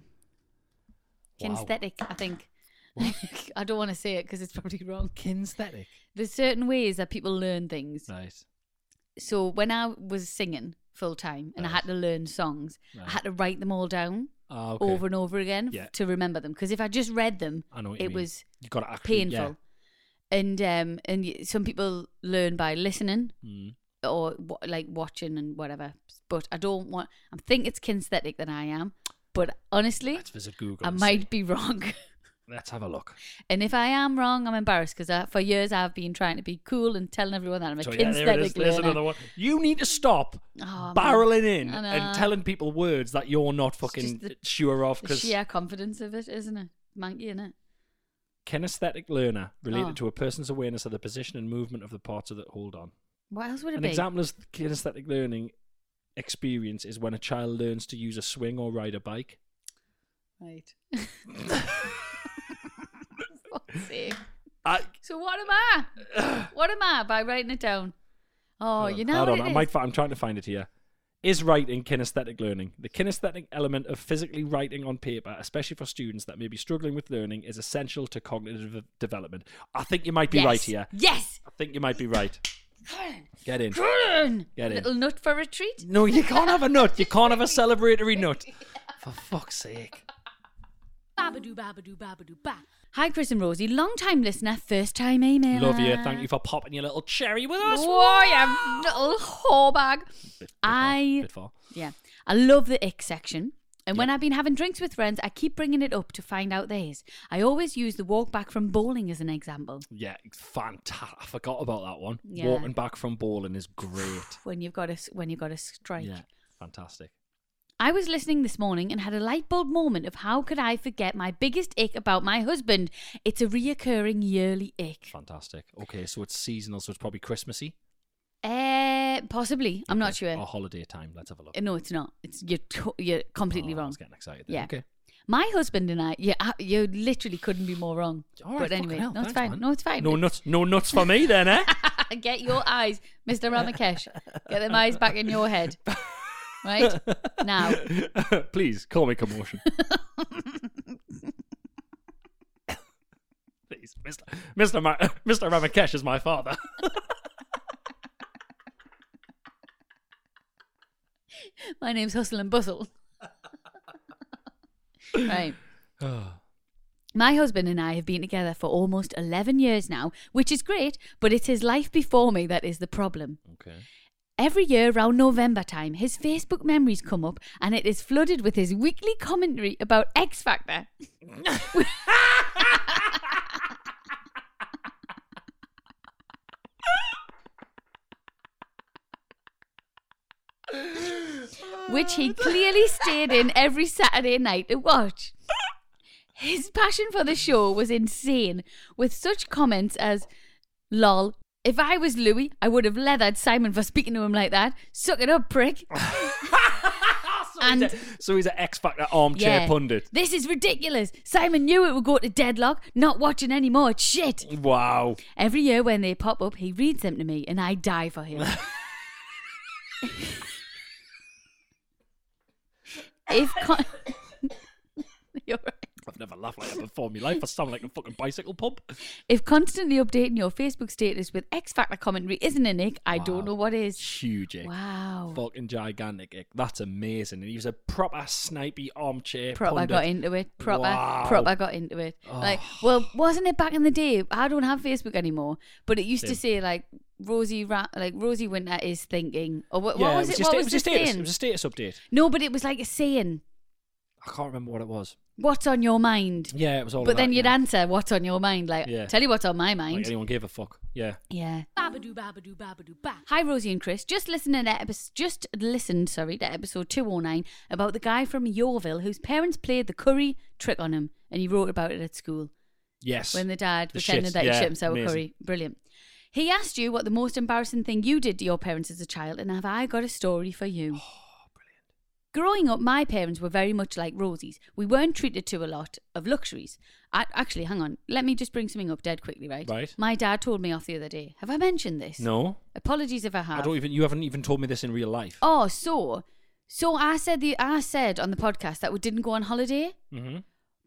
B: Wow.
A: Kinesthetic, I think. I don't want to say it because it's probably wrong.
B: Kinesthetic.
A: There's certain ways that people learn things.
B: Right.
A: So when I was singing full time and I
B: Right.
A: had to learn songs, I
B: Right.
A: had to write them all down
B: Ah, okay.
A: over and over again f-
B: Yeah.
A: to remember them. Because if I just read them,
B: I know what you
A: it
B: mean.
A: was
B: you got to actually,
A: painful.
B: Yeah.
A: And um, and y- some people learn by listening
B: Mm.
A: or wa- like watching and whatever. But I don't want. I think it's kinesthetic than I am. But honestly,
B: Let's visit Google.
A: I
B: and
A: might
B: see.
A: be wrong.
B: Let's have a look.
A: and if I am wrong, I'm embarrassed because for years I've been trying to be cool and telling everyone that I'm a
B: So, yeah, there it is.
A: kinesthetic
B: There's
A: learner.
B: another one. You need to stop
A: Oh, man.
B: barreling in
A: I know.
B: and telling people words that you're not fucking
A: just the-
B: sure of
A: The
B: because
A: sheer confidence of it, isn't it? Monkey in it.
B: kinesthetic learner related
A: Oh.
B: to a person's awareness of the position and movement of the parts of the hold on.
A: What else would it
B: An
A: be?
B: example of kinesthetic learning experience is when a child learns to use a swing or ride a bike.
A: Right. Fuck's sake.
B: I,
A: So what am I? what am I by writing it down? Oh, you know
B: Hold
A: what
B: on,
A: it
B: I
A: is?
B: might. fi- I'm trying to find it here. Is writing kinesthetic learning? The kinesthetic element of physically writing on paper, especially for students that may be struggling with learning, is essential to cognitive development. I think you might be
A: yes.
B: right here.
A: Yes.
B: I think you might be right.
A: Colin.
B: Get in.
A: Colin.
B: Get in.
A: Little nut for a treat.
B: No, you can't have a nut. You can't have a celebratory nut. For fuck's sake.
C: Babadoo, babadoo, babadoo, ba.
A: Hi, Chris and Rosie, long time listener, first time emailer.
B: Love you. Thank you for popping your little cherry with us.
A: Oh, you little whorebag.
B: Bit- bit far,
A: I-
B: bit far.
A: Yeah, I love the ick section. And when I've been having drinks with friends, I keep bringing it up to find out theirs. I always use the walk back from bowling as an example.
B: Yeah, fantastic. I forgot about that one.
A: Yeah.
B: Walking back from bowling is great.
A: When you've got a s- when you've got a strike,
B: Yeah, fantastic.
A: I was listening this morning and had a light bulb moment of how could I forget my biggest ick about my husband? It's a reoccurring yearly ick.
B: Fantastic. Okay, so it's seasonal, so it's probably Christmassy.
A: Uh, possibly. I'm not
B: Okay, Oh.
A: sure.
B: Or holiday time. Let's have a look.
A: Uh, No, it's not. It's you're to- you're completely
B: Oh, I
A: wrong.
B: was getting excited. There.
A: Yeah.
B: Okay.
A: My husband and I, yeah, I- you literally couldn't be more wrong.
B: All right,
A: but
B: fucking
A: anyway,
B: hell,
A: no, it's
B: thanks,
A: fine.
B: man.
A: No, it's fine.
B: No nuts. No nuts for me then, eh?
A: Get your eyes, Mr. Ramakesh. Get them eyes back in your head. Right? Now.
B: Please call me commotion. Please, Mr. Mr. Ma- Mr. Ramakesh is my father.
A: My name's Hustle and Bustle. right. My husband and I have been together for almost 11 years now, which is great, but it's his life before me that is the problem.
B: okay.
A: Every year around November time, his Facebook memories come up and it is flooded with his weekly commentary about X Factor. Which he clearly stayed in every Saturday night to watch. His passion for the show was insane, with such comments as, lol, if I was Louis, I would have leathered Simon for speaking to him like that. Suck it up, prick. and
B: So he's an X Factor armchair
A: yeah,
B: pundit.
A: This is ridiculous. Simon knew it would go to deadlock. Not watching anymore. It's shit.
B: Wow.
A: Every year when they pop up, he reads them to me and I die for him. if con- You're right.
B: I've never laughed like that before in my life. I sound like a fucking bicycle pump.
A: If constantly updating your Facebook status with X Factor commentary isn't an ick, I don't know what is.
B: Huge ick.
A: Wow.
B: Fucking gigantic ick. That's amazing. And he was a proper snipey armchair
A: proper
B: pundit.
A: got into it. Proper,
B: Wow. Oh.
A: proper got into it. Like, well, wasn't it back in the day? I don't have Facebook anymore, but it used to
B: Same.
A: say like Rosie, Ra- like Rosie Winter is thinking, or what,
B: Yeah,
A: what was it?
B: just-
A: what was,
B: a
A: the
B: status.
A: thing?
B: It was a status update.
A: no, but it was like a saying,
B: I can't remember what it was.
A: "What's on your mind?"
B: Yeah, it was all.
A: but
B: of
A: then
B: that,
A: you'd
B: yeah.
A: answer, "What's on your mind?" Like,
B: Yeah.
A: tell you what's on my mind.
B: Like anyone gave a fuck. Yeah.
A: yeah.
C: Babadoo, babadoo, babadoo, ba.
A: Hi Rosie and Chris. Just listening to episode, just listened, sorry, to episode two oh nine about the guy from Yeovil whose parents played the curry trick on him and he wrote about it at school.
B: Yes.
A: When the dad
B: The
A: pretended
B: shit,
A: that he
B: yeah,
A: shit himself with
B: amazing.
A: curry. Brilliant. He asked you what the most embarrassing thing you did to your parents as a child, and have I got a story for you?
B: Oh,
A: Growing up, my parents were very much like Rosie's. We weren't treated to a lot of luxuries. I, actually, hang on. Let me just bring something up dead quickly, right?
B: Right.
A: My dad told me off the other day. Have I mentioned this?
B: No.
A: Apologies if I have.
B: I don't even. You haven't even told me this in real life.
A: Oh, so so I said the I said on the podcast that we didn't go on holiday
B: Mm-hmm.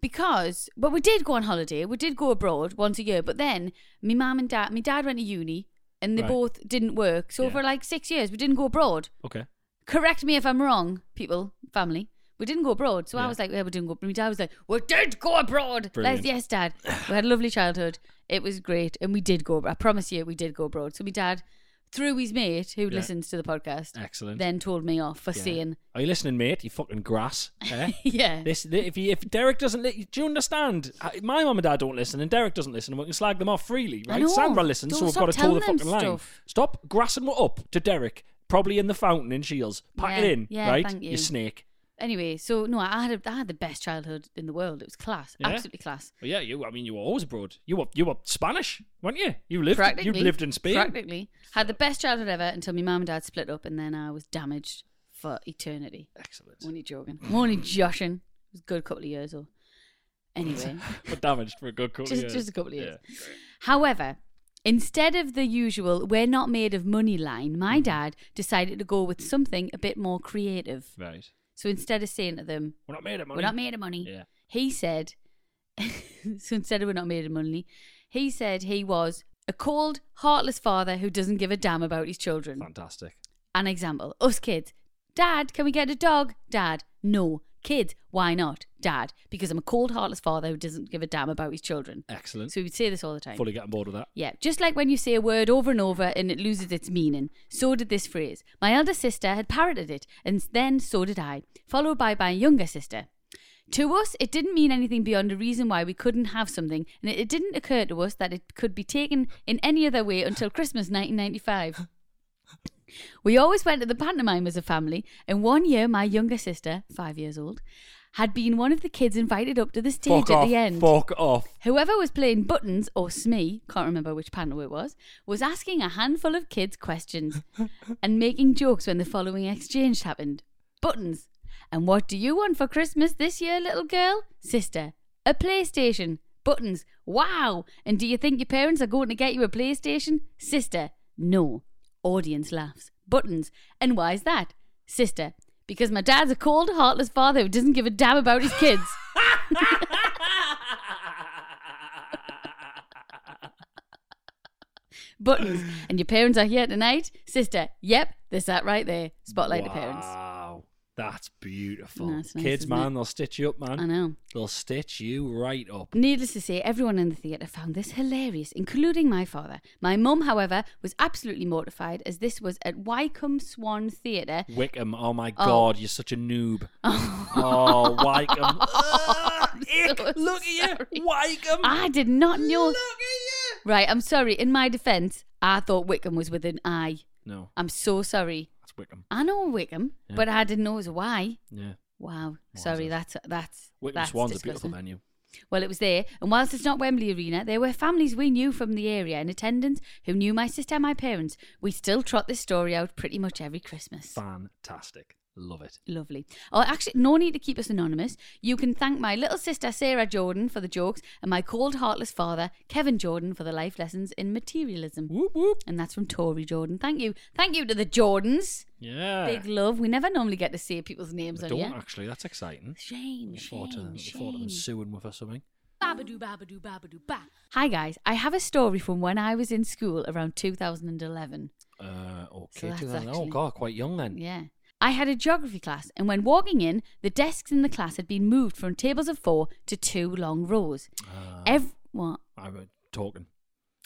A: because well we did go on holiday. We did go abroad once a year, but then my mum and dad my dad went to uni and they
B: Right.
A: both didn't work. So
B: Yeah.
A: for like six years we didn't go abroad.
B: Okay.
A: Correct me if I'm wrong, people, family. We didn't go abroad. So I
B: Yeah.
A: was like, yeah, we didn't go. My dad was like, we did go abroad.
B: Brilliant.
A: Les, yes, dad. We had a lovely childhood. It was great. And we did go, I promise you, we did go abroad. So my dad, through his mate who
B: Yeah.
A: listens to the podcast,
B: Excellent.
A: then told me off for
B: Yeah.
A: saying,
B: Are you listening, mate? You fucking grass. Eh?
A: yeah,
B: This, if you, if Derek doesn't, li- do you understand? I- My mum and dad don't listen, and Derek doesn't listen, and we can slag them off freely,
A: I
B: right?
A: know.
B: Sandra listens,
A: Don't
B: so we've
A: stop
B: got to toe the
A: telling them
B: fucking line.
A: stuff.
B: Stop grassing what up to Derek, probably in the fountain in Shields. Pack
A: Yeah,
B: it in,
A: yeah,
B: right?
A: thank you.
B: snake.
A: Anyway, so no, I had a, I had the best childhood in the world. It was class,
B: Yeah?
A: absolutely class.
B: Well, yeah, you. I mean, you were always abroad. You were you were Spanish, weren't you? You lived you
A: Practically,
B: lived in Spain.
A: Practically had the best childhood ever until my mum and dad split up, and then I was damaged for eternity.
B: Excellent.
A: Only joking, only joshing. It was a good couple of years though. Anyway,
B: But damaged for a good couple
A: just
B: of years.
A: just a couple of years.
B: Yeah.
A: However, instead of the usual "we're not made of money" line,
B: Mm-hmm.
A: my dad decided to go with something a bit more creative.
B: Right.
A: So instead of saying to them,
B: We're not made of money.
A: We're not made of money.
B: Yeah.
A: He said, so instead of we're not made of money, he said he was a cold, heartless father who doesn't give a damn about his children.
B: Fantastic.
A: An example us kids. Dad, can we get a dog? Dad, no. Kids, why not? Dad, because I'm a cold, heartless father who doesn't give a damn about his children.
B: Excellent.
A: So he would say this all the time.
B: Fully getting bored with that.
A: Yeah, just like when you say a word over and over and it loses its meaning. So did this phrase. My elder sister had parroted it, and then so did I, followed by my younger sister. To us, it didn't mean anything beyond a reason why we couldn't have something, and it didn't occur to us that it could be taken in any other way until Christmas 1995. We always went to the pantomime as a family, and one year my younger sister, five years old, had been one of the kids invited up to the stage
B: Fuck
A: at
B: off.
A: the end.
B: Fuck off.
A: Whoever was playing Buttons or Smee, can't remember which panel it was, was asking a handful of kids questions and making jokes when the following exchange happened. Buttons. And what do you want for Christmas this year, little girl? Sister. A PlayStation. Buttons. Wow. And do you think your parents are going to get you a PlayStation? Sister. No. Audience laughs. Buttons. And why's that? Sister. Because my dad's a cold, heartless father who doesn't give a damn about his kids. buttons. and your parents are here tonight, sister. Yep, there's that right there. Spotlight the parents.
B: Wow. That's beautiful.
A: That's nice,
B: Kids,
A: isn't
B: man,
A: it?
B: they'll stitch you up, man.
A: I know.
B: They'll stitch you right up.
A: Needless to say, everyone in the theatre found this hilarious, including my father. My mum, however, was absolutely mortified as this was at Wycombe Swan Theatre.
B: Wickham, oh my
A: Oh.
B: god, you're such a noob. Oh, Wycombe. Ugh, ick,
A: so
B: look at
A: sorry. Ah.
B: you, Wycombe.
A: I did not know.
B: Um, Look at you.
A: Right, I'm sorry. In my defence, I thought Wickham was with an I.
B: No,
A: I'm so sorry.
B: that's Wickham.
A: I know Wickham,
B: Yeah.
A: but I didn't know it was a Y.
B: Yeah.
A: Wow.
B: Wowzers.
A: Sorry, that's that's
B: Wickham
A: that's
B: Swan's a
A: disgusting.
B: beautiful venue.
A: Well, it was there, and whilst it's not Wembley Arena, there were families we knew from the area in attendance who knew my sister and my parents. We still trot this story out pretty much every Christmas.
B: Fantastic. Love it.
A: Lovely. Oh, actually, no need to keep us anonymous. You can thank my little sister Sarah Jordan for the jokes, and my cold, heartless father Kevin Jordan for the life lessons in materialism.
B: Whoop whoop.
A: And that's from Tory Jordan. Thank you, thank you to the Jordans.
B: Yeah.
A: Big love. We never normally get to see people's names
B: I
A: on
B: don't
A: here.
B: actually. That's exciting.
A: Shame,
B: Look forward
A: shame,
B: to, look forward to them
A: shame.
B: suing with us or something.
C: Babadoo, babadoo, babadoo, ba.
A: Hi guys, I have a story from when I was in school around 2011.
B: Uh, okay.
A: that's
B: 2000 Oh
A: actually-
B: god, quite young then.
A: Yeah. I had a geography class, and when walking in, the desks in the class had been moved from tables of four to two long rows.
B: Uh,
A: Ev- what?
B: I was talking.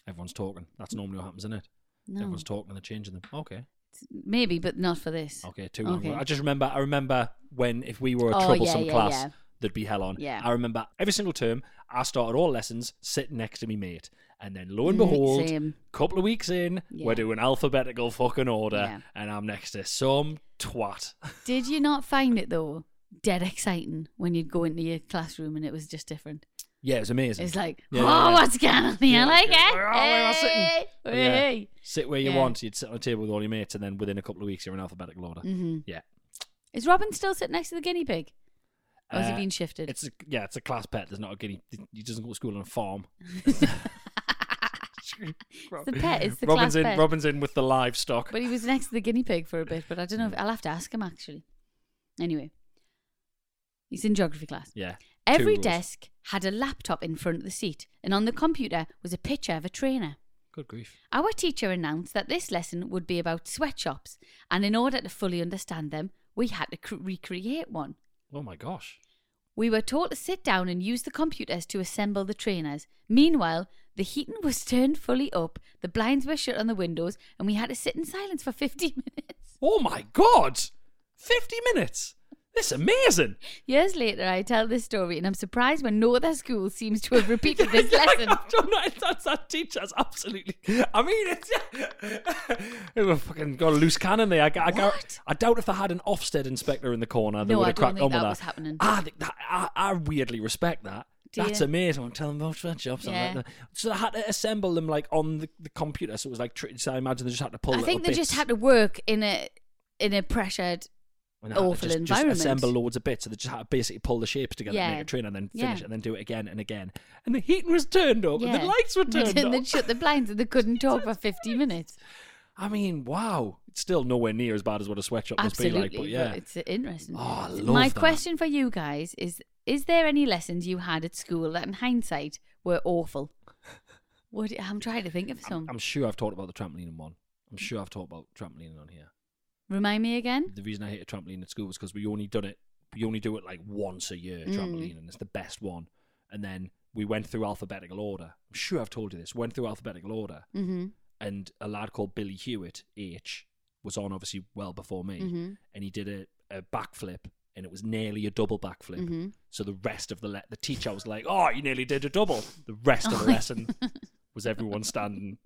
B: Everyone's talking. That's normally what happens, isn't it?
A: No.
B: Everyone's talking. They're changing them. Okay.
A: Maybe, but not for this.
B: Okay. Two. long
A: Okay.
B: row. I just remember. I remember when if we were a
A: Oh, yeah,
B: troublesome
A: yeah,
B: class,
A: yeah.
B: there'd be hell on.
A: Yeah.
B: I remember every single term. I started all lessons sitting next to me mate, and then lo and
A: Mm,
B: behold,
A: same.
B: couple of weeks in,
A: Yeah.
B: we're doing alphabetical fucking order,
A: Yeah.
B: and I'm next to some twat.
A: Did you not find it, though, dead exciting when you'd go into your classroom and it was just different?
B: yeah, it was amazing.
A: It's like,
B: Yeah,
A: oh,
B: yeah, yeah.
A: what's going on here?
B: Yeah,
A: like,
B: yeah.
A: eh?
B: Where are we? We're sitting.
A: Hey,
B: Yeah.
A: hey.
B: Sit where you
A: Yeah.
B: want. You'd sit on a table with all your mates, and then within a couple of weeks, you're in alphabetical order.
A: Mhm.
B: Yeah.
A: Is Robin still sitting next to the guinea pig? Or has he
B: Uh,
A: been shifted?
B: It's a, yeah, it's a class pet. There's not a guinea. He doesn't go to school on a farm.
A: It's the pet. It's the
B: Robin's
A: class
B: in.
A: pet.
B: Robin's in with the livestock.
A: But he was next to the guinea pig for a bit, but I don't know if I'll have to ask him actually. Anyway, he's in geography class.
B: yeah. two
A: Every
B: rules.
A: desk had a laptop in front of the seat, and on the computer was a picture of a trainer.
B: Good grief.
A: Our teacher announced that this lesson would be about sweatshops, and in order to fully understand them, we had to cr- recreate one.
B: Oh my gosh.
A: We were taught to sit down and use the computers to assemble the trainers. Meanwhile, the heating was turned fully up, the blinds were shut on the windows, and we had to sit in silence for 50 minutes.
B: Oh my god. Fifty minutes. This is amazing.
A: Years later, I tell this story, and I'm surprised when no other school seems to have repeated this lesson.
B: I'm not, that's that teacher's absolutely. I mean, it's. We've fucking got a loose cannon there. I, I, I,
A: What?
B: doubt if they had an Ofsted inspector in the corner, they
A: No,
B: would
A: I
B: have
A: don't
B: cracked
A: think
B: on with
A: that
B: that.
A: was happening.
B: I, think that, I, I weirdly respect that.
A: Do
B: That's
A: you?
B: amazing. I'm telling them oh, about their jobs. I'm
A: Yeah.
B: like, So they had to assemble them like on the, the computer. So it was like, tri- so I imagine they just had to pull.
A: I think
B: little
A: they just
B: bits
A: had to work in a in a pressured.
B: and they had to
A: awful
B: just, just
A: environment.
B: assemble loads of bits. So they just had to basically pull the shapes together, and
A: Yeah.
B: make a train, and then
A: Yeah.
B: finish it, and then do it again and again. And the heating was turned up, and Oh, the lights were
A: They
B: turned
A: didn't-
B: up.
A: They'd shut the blinds and they couldn't talk for 50 minutes.
B: I mean, wow. It's still nowhere near as bad as what a sweatshop
A: Absolutely,
B: must be like, but yeah.
A: it's interesting.
B: Oh, I love
A: My
B: that.
A: question for you guys is: Is there any lessons you had at school that, in hindsight, were awful? What I'm trying to think of some.
B: I'm, I'm sure I've talked about the trampoline in one. I'm sure I've talked about trampolining on here.
A: Remind me again.
B: The reason I hated trampoline at school was because we only done it, we only do it like once a year,
A: Mm.
B: trampoline, and it's the best one. And then we went through alphabetical order. I'm sure I've told you this. Went through alphabetical order,
A: Mm-hmm.
B: and a lad called Billy Hewitt, H, was on obviously well before me,
A: Mhm.
B: and he did a, a backflip, and it was nearly a double backflip.
A: Mhm.
B: So the rest of the le- the teacher was like, "Oh, you nearly did a double." The rest
A: Oh.
B: of the lesson was everyone standing,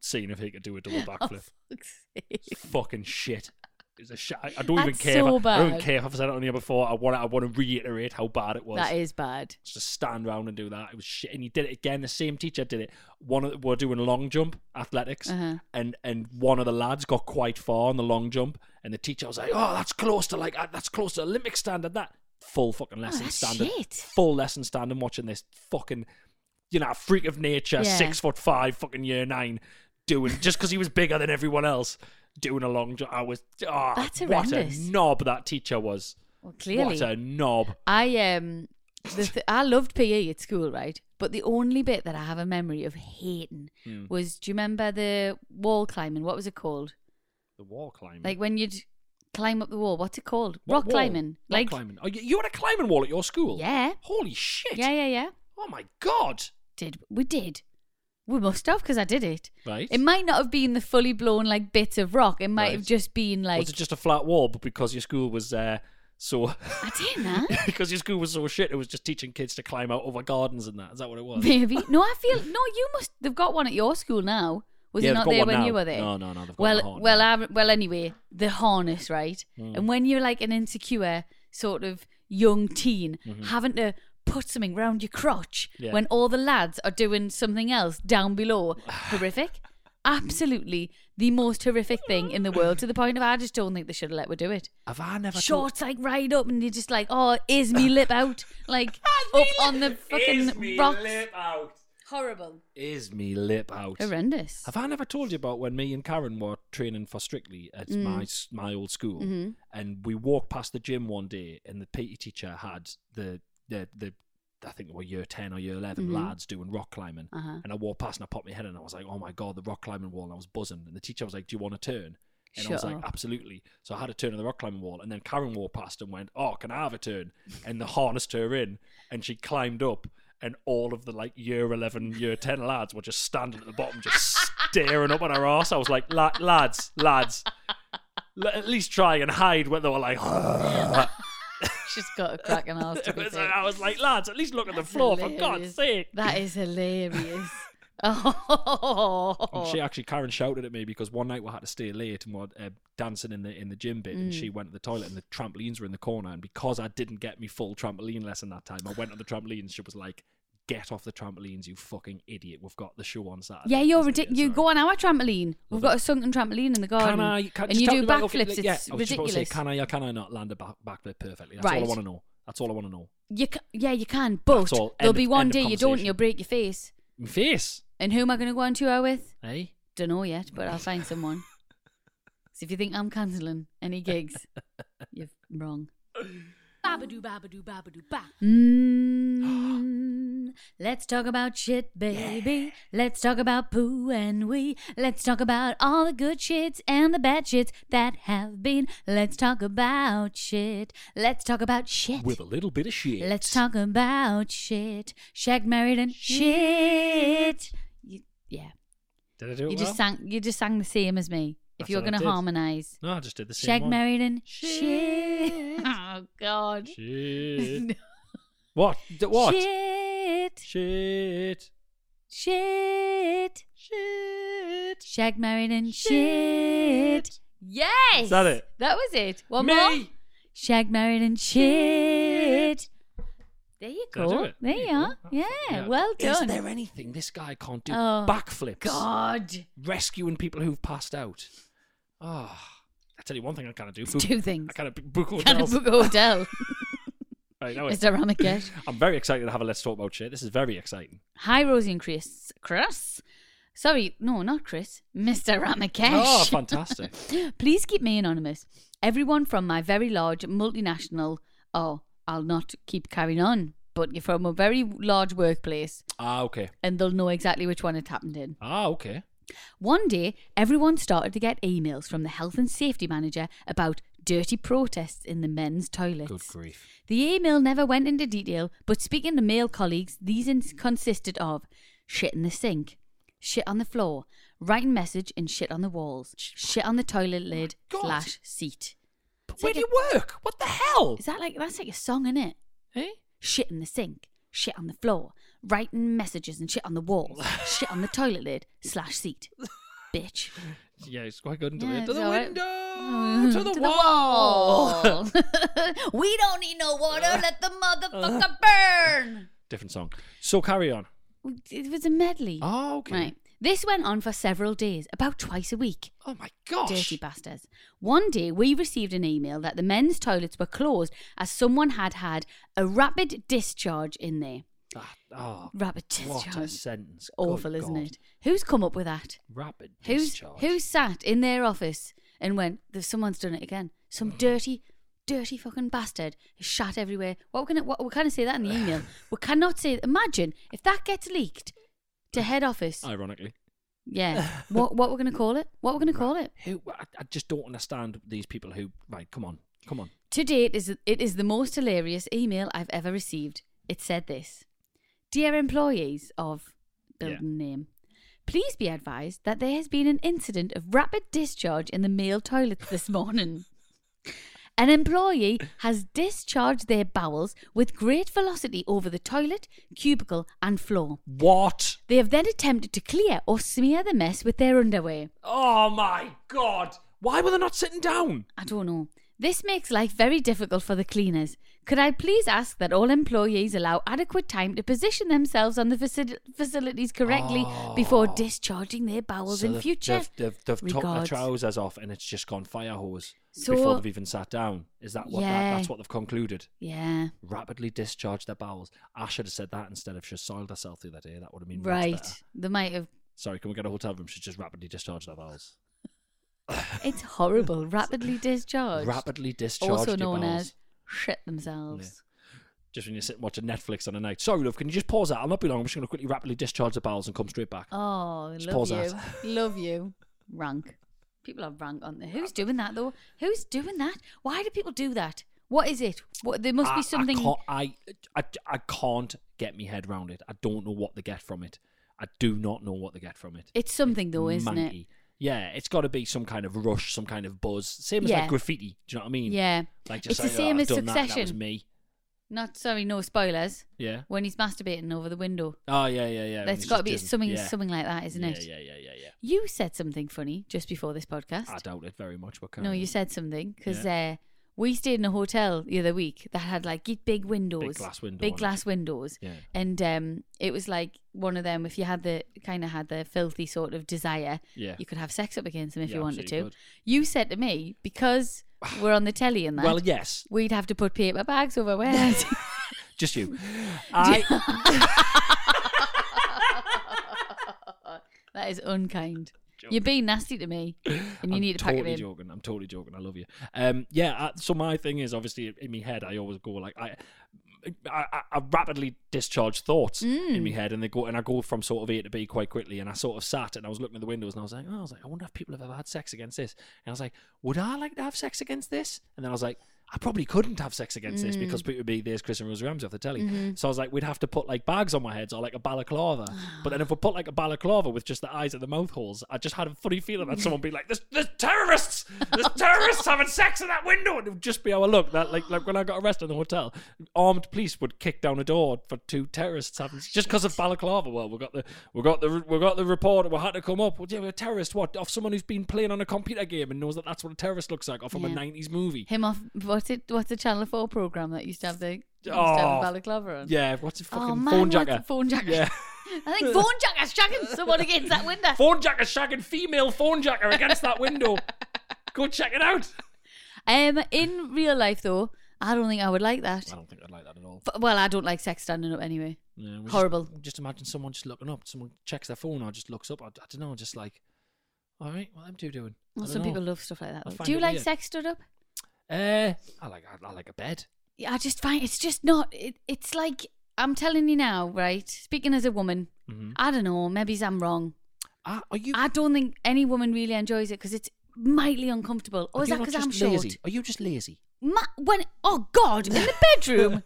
B: seeing if he could do a
A: Oh,
B: double backflip.
A: fuck's sake.
B: It's fucking shit. It's a sh- I I don't even
A: That's
B: care.
A: so
B: if I, I don't
A: bad.
B: care if I've said it on here before. I want. I want to reiterate how bad it was.
A: That is bad.
B: Just stand around and do that. It was shit. And he did it again. The same teacher did it. One of, we're doing long jump athletics,
A: Uh-huh.
B: and and one of the lads got quite far on the long jump, and the teacher was like, "Oh, that's close to like uh, that's close to Olympic standard." That full fucking lesson
A: Oh, that's
B: standard,
A: shit.
B: full lesson standard. Watching this fucking, you know, freak of nature,
A: Yeah.
B: six foot five, fucking year nine, doing just because he was bigger than everyone else. Doing a long jump, I was. ah,
A: That's
B: what a
A: horrendous.
B: knob that teacher was.
A: Well, clearly,
B: What a knob.
A: I um, the th- I loved PE at school, right? But the only bit that I have a memory of hating
B: Hmm.
A: was, do you remember the wall climbing? What was it called?
B: The wall climbing.
A: Like when you'd climb up the wall. What's it called?
B: Hmm. What
A: Rock
B: wall?
A: climbing.
B: Rock climbing. Oh, you, you had a climbing wall at your school?
A: Yeah.
B: Holy shit.
A: Yeah, yeah, yeah.
B: Oh my god.
A: Did we did. We must have because I did it.
B: Right.
A: It might not have been the fully blown like bits of rock. It might
B: Right.
A: have just been like
B: was it just a flat wall? But because your school was uh, so,
A: I didn't know.
B: because your school was so shit, it was just teaching kids to climb out over gardens and that. Is that what it was?
A: Maybe. No, I feel no. You must. They've got one at your school now. Was
B: Yeah,
A: it
B: they've
A: not
B: got
A: there
B: one
A: when
B: now.
A: you were there?
B: No, no, no, they've got
A: well,
B: a harness.
A: well, I, well. Anyway, the harness, right?
B: Hmm.
A: And when you're like an insecure sort of young teen, having to put something round your crotch
B: Mm-hmm. Yeah.
A: when all the lads are doing something else down below, horrific. Absolutely, the most horrific thing in the world. To the point of, I just don't think they should have let we do it.
B: Have I never?
A: Shorts like right up, and you're just like, "Oh, is me lip out?" Like up on the fucking rocks.
B: out.
A: Horrible.
B: Is me lip out.
A: Horrendous.
B: Have I never told you about when me and Karen were training for Strictly at my s- my old school, and we walked past the gym one day, and the PE teacher had the the the I think they were year ten or year 11 lads doing rock climbing, and I walked past and I popped my head and I was like, oh my god, the rock climbing wall, and I was buzzing, and the teacher was like, do you want to turn? And I was
A: Sure.
B: like, absolutely. So I had a turn on the rock climbing wall, and then Karen walked past and went, "Oh, can I have a turn?" And they harnessed her in, and she climbed up, and all of the like year eleven, year ten lads were just standing at the bottom, just staring up at her ass. I was like, La- "Lads, lads, l- at least try and hide." When they were like,
A: She's got a crack and ass to be fair.
B: I was like, "Lads, at least look at the floor for God's
A: hilarious.
B: sake."
A: That is hilarious. oh.
B: And she actually, Karen shouted at me because one night we had to stay late and we were uh, dancing in the in the gym bit, and
A: Mm.
B: she went to the toilet and the trampolines were in the corner. And because I didn't get me full trampoline lesson that time, I went on the trampoline and she was like, "Get off the trampolines, you fucking idiot! We've got the show on Saturday."
A: Yeah, you're
B: I was like,
A: ridiculous.
B: "Yeah,
A: you
B: sorry."
A: go on our trampoline. We've
B: Love
A: got
B: it.
A: a sunken trampoline in the garden.
B: Can I? Can,
A: and
B: just
A: you
B: tell
A: do
B: me about your flip-
A: backflips.
B: Yeah,
A: It's
B: I was just about to
A: ridiculous.
B: say, can I or can I not land a back, backflip perfectly? That's all I
A: Right.
B: want to know. That's all I want to know.
A: you ca- yeah, you can. But
B: That's all.
A: there'll
B: End
A: be
B: of-
A: one
B: end of
A: day you don't and
B: conversation.
A: you'll break your face.
B: My face,
A: And who am I going to go on tour with?
B: eh?
A: Don't know yet, but I'll find someone. so if you think I'm cancelling any gigs, you're wrong.
C: Babadoo, babadoo, babadoo, ba.
A: Mm, let's talk about shit, baby. Let's talk about poo and wee. Let's talk about all the good shits and the bad shits that have been. Let's talk about shit. Let's talk about shit.
B: With a little bit of shit.
A: Let's talk about shit. Shag married and shit. You, yeah,
B: Did I do it
A: you
B: well?
A: just sang. You just sang the same as me. If
B: That's
A: you're
B: what I
A: gonna
B: did.
A: harmonize,
B: No, I just did the same
A: shag
B: one.
A: married and shit. Oh God.
B: Shit. what? D- what?
A: Shit.
B: Shit.
A: Shit.
B: Shit.
A: Shag married and shit. Yes.
B: Is that it?
A: That was it. One
B: Me.
A: more. Shag married and shit. There you
B: Did I do
A: go.
B: it?
A: There you are.
B: go.
A: Yeah. Well
B: Is
A: done.
B: there anything this guy can't do?
A: Oh,
B: Backflips.
A: God.
B: Rescuing people who've passed out. Oh, I tell you one thing I can't do. Book-
A: two things.
B: I can't book
A: Can I
B: hotels.
A: book a hotel?
B: Right, now it's-
A: Mr. Ramakesh.
B: I'm very excited to have a let's talk about shit. This is very exciting.
A: Hi, Rosie and Chris. Chris. Sorry, no, not Chris. Mr. Ramakesh.
B: Oh, fantastic.
A: Please keep me anonymous. Everyone from my very large multinational, oh, I'll not keep carrying on, but you're from a very large workplace
B: ah, okay.
A: and they'll know exactly which one it happened in.
B: Ah, okay.
A: One day, everyone started to get emails from the health and safety manager about dirty protests in the men's toilets.
B: Good grief.
A: The email never went into detail, but speaking to male colleagues, these ins- consisted of shit in the sink, shit on the floor, writing message and shit on the walls, shit on the toilet lid
B: Oh God.
A: slash seat. It's
B: Where
A: like
B: do you work? What the hell?
A: a- Is that like that's like a song, is it?
B: Eh?
A: Shit in the sink, shit on the floor, writing messages and shit on the walls, shit on the toilet lid slash seat. Bitch.
B: Yeah, it's quite good.
A: Yeah,
B: to
A: it's
B: the
A: all right.
B: window,
A: Mm,
B: to the wall.
A: wall. we don't need no water. Let the motherfucker
B: Uh-huh.
A: burn.
B: Different song. So carry on.
A: It was a medley.
B: Oh, okay.
A: Right. This went on for several days, about twice a week.
B: Oh my gosh.
A: Dirty bastards. One day we received an email that the men's toilets were closed as someone had had a rapid discharge in there.
B: Ah, oh,
A: Rapid
B: what
A: discharge.
B: a sentence. Good
A: Awful, isn't
B: God.
A: it? Who's come up with that?
B: Rapid
A: Who's
B: discharge.
A: who sat in their office and went, "There's someone's done it again.
B: Hmm.
A: Some dirty, dirty fucking bastard has shat everywhere." What we're gonna, what, we can't say that in the email. we cannot say. Imagine if that gets leaked to head office.
B: Ironically.
A: Yeah. what what we're gonna call it? What we're gonna call it?
B: Who I, I just don't understand these people who right, come on. Come on.
A: To date, is it is the most hilarious email I've ever received. It said this: "Dear employees of building name, please be advised that there has been an incident of rapid discharge in the male toilets this morning. An employee has discharged their bowels with great velocity over the toilet, cubicle, and floor.
B: What?
A: They have then attempted to clear or smear the mess with their underwear."
B: Oh my god. Why were they not sitting down?
A: I don't know. This makes life very difficult for the cleaners. Could I please ask that all employees allow adequate time to position themselves on the faci- facilities correctly before discharging their bowels
B: Oh. So
A: in
B: they've-
A: future?
B: They've, they've, they've took their
A: Regards.
B: trousers off and it's just gone fire hose
A: So-
B: before they've even sat down. Is that what that,
A: Yeah.
B: that's what they've concluded?
A: Yeah.
B: Rapidly discharge their bowels. I should have said that instead of she soiled herself the other day. That would have been much
A: Right.
B: better.
A: They might have.
B: Sorry, can we get a hotel room? She just rapidly discharged their bowels.
A: It's horrible. Rapidly discharged.
B: Rapidly discharged
A: also
B: your
A: known
B: bowels.
A: as shit themselves.
B: Just when you're sitting watching Netflix on a night. Sorry, love, can you just pause that? I'll not be long. I'm just going to quickly rapidly discharge the bowels and come straight back.
A: Oh,
B: Just
A: love
B: pause
A: you.
B: that.
A: love you. Rank. People are rank, aren't they? Who's doing that though? Who's doing that? Why do people do that? What is it? What there must
B: I-
A: be something
B: I can't, I, I, I can't get my head round it. I don't know what they get from it. I do not know what they get from it.
A: It's something though, isn't it?
B: Manky. Yeah, it's got to be some kind of rush, some kind of buzz. Same as
A: Yeah.
B: like graffiti. Do you know what I mean?
A: Yeah.
B: Like
A: it's
B: just
A: the
B: saying,
A: same
B: "Oh,
A: as
B: I've done that, That, was
A: Succession.
B: me.
A: Not sorry, no spoilers.
B: Yeah.
A: When he's masturbating over the window,
B: Oh yeah, yeah, yeah.
A: there's got to be something, something like that, isn't
B: yeah,
A: it?
B: Yeah, yeah, yeah, yeah.
A: You said something funny just before this podcast.
B: I doubt it very much. But
A: no, you said something because uh, we stayed in a hotel the other week that had like ge- big windows,
B: glass window
A: big
B: on it.
A: glass windows,
B: Yeah.
A: and um, it was like one of them. If you had the kind of had the filthy sort of desire,
B: Yeah.
A: you could have sex up against them if
B: Yeah,
A: you wanted
B: absolutely
A: to.
B: could.
A: You said to me because we're on the telly and that.
B: Well, yes,
A: We'd have to put paper bags over our heads.
B: just you. I
A: That is unkind. You're being nasty to me, and you
B: I'm
A: need to pack
B: totally
A: it in.
B: joking. I'm totally joking. I love you. Um, yeah. I, so my thing is obviously in my head. I always go like I, I, I- I rapidly discharge thoughts in
A: Mm.
B: my head, and they go and I go from sort of A to B quite quickly. And I sort of sat and I was looking at the windows, and I was like, oh, I was like, I wonder if people have ever had sex against this. And I was like, would I like to have sex against this? And then I was like. I probably couldn't have sex against this
A: Mm.
B: because people would be there's Chris and Rose Ramsey off the telly.
A: Mm-hmm.
B: So I was like, we'd have to put like bags on my heads or like a balaclava. but then if we put like a balaclava with just the eyes and the mouth holes, I just had a funny feeling that someone would be like, there's, there's terrorists! There's terrorists having sex in that window! And it would just be our look. That like like when I got arrested in the hotel, armed police would kick down a door for two terrorists having just because of balaclava. Well, we got the we got the we got the report. We had to come up. Well, yeah, we're a terrorist. What off someone who's been playing on a computer game and knows that that's what a terrorist looks like, or from a
A: Yeah.
B: '90s movie.
A: Him off. What's it? What's the Channel Four program that used to have the, used to have the
B: Oh,
A: balaclava on?
B: Yeah, what's a fucking
A: oh man,
B: phone
A: what's-
B: jacker?
A: Phone jacker.
B: Yeah.
A: I think phone jacker's jacking someone against that window.
B: phone jacker shagging female phone jacker against that window. Go check it out.
A: Um, in real life though, I don't think I would like that.
B: I don't think I'd like that at all.
A: F- well, I don't like sex standing up anyway.
B: Yeah, we just-
A: Horrible.
B: Just, imagine someone just looking up. Someone checks their phone or just looks up. I, I don't know. Just like, all right, what them two doing? I
A: Well,
B: don't
A: some
B: know.
A: people love stuff like that.
B: I
A: though.
B: find
A: Do you
B: it
A: like
B: weird.
A: sex stood up?
B: Uh, I like I, I like a bed.
A: Yeah, I just find it's just not. It, it's like I'm telling you now, right? Speaking as a woman,
B: Mm-hmm.
A: I don't know. Maybe I'm wrong.
B: Ah, are you?
A: I don't think any woman really enjoys it because it's mightily uncomfortable. Or
B: are
A: is
B: you
A: that
B: not
A: because I'm
B: just
A: short?
B: lazy? Are you just lazy?
A: Ma- when oh God, in the bedroom.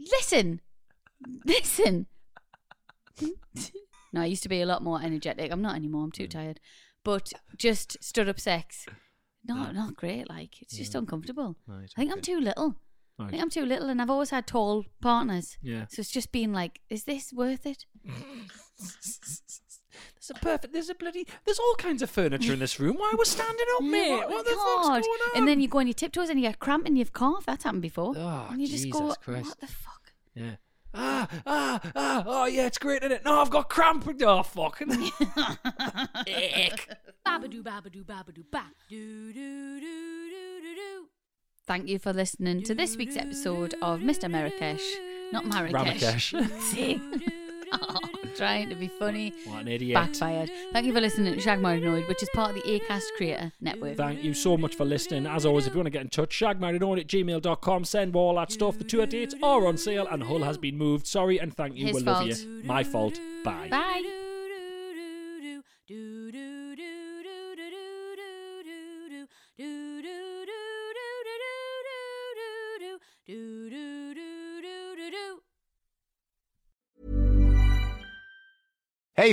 A: listen, listen. no, I used to be a lot more energetic. I'm not anymore. I'm too
B: Mm.
A: tired. But just stood up sex. No, not great. Like it's just uncomfortable.
B: Right,
A: I think I'm
B: okay.
A: too little. I think I'm too little, and I've always had tall partners.
B: Yeah.
A: So it's just been like, is this worth it?
B: There's a perfect. There's a bloody. There's all kinds of furniture in this room. Why we're standing up,
A: Yeah,
B: mate?
A: oh
B: What
A: my
B: the fuck's
A: God.
B: going on?
A: And then you go on your tiptoes and you get cramp and you've cough. That's happened before.
B: Oh,
A: and you just go,
B: Jesus Christ.
A: what the fuck?
B: Yeah. Ah, ah, ah, oh yeah, it's great, isn't it? No, I've got cramp. Oh, fucking. Ick.
C: Babadoo, babadoo, babadoo, ba. Do, do, do, do, do, do.
A: Thank you for listening to this week's episode of Mr. Marrakesh. Not Marrakesh.
B: Ramakesh.
A: See? Oh, trying to be funny.
B: What an idiot.
A: Backfired. Thank you for listening to Shag Marinoid, which is part of the ACAST Creator Network.
B: Thank you so much for listening. As always, if you want to get in touch, shagmarriedown at gmail.com. Send all that stuff. The tour dates are on sale and Hull has been moved. Sorry and thank you.
A: His
B: we love
A: fault.
B: you. My fault. Bye.
A: Bye.
C: Do, do, do, do.
D: Hey,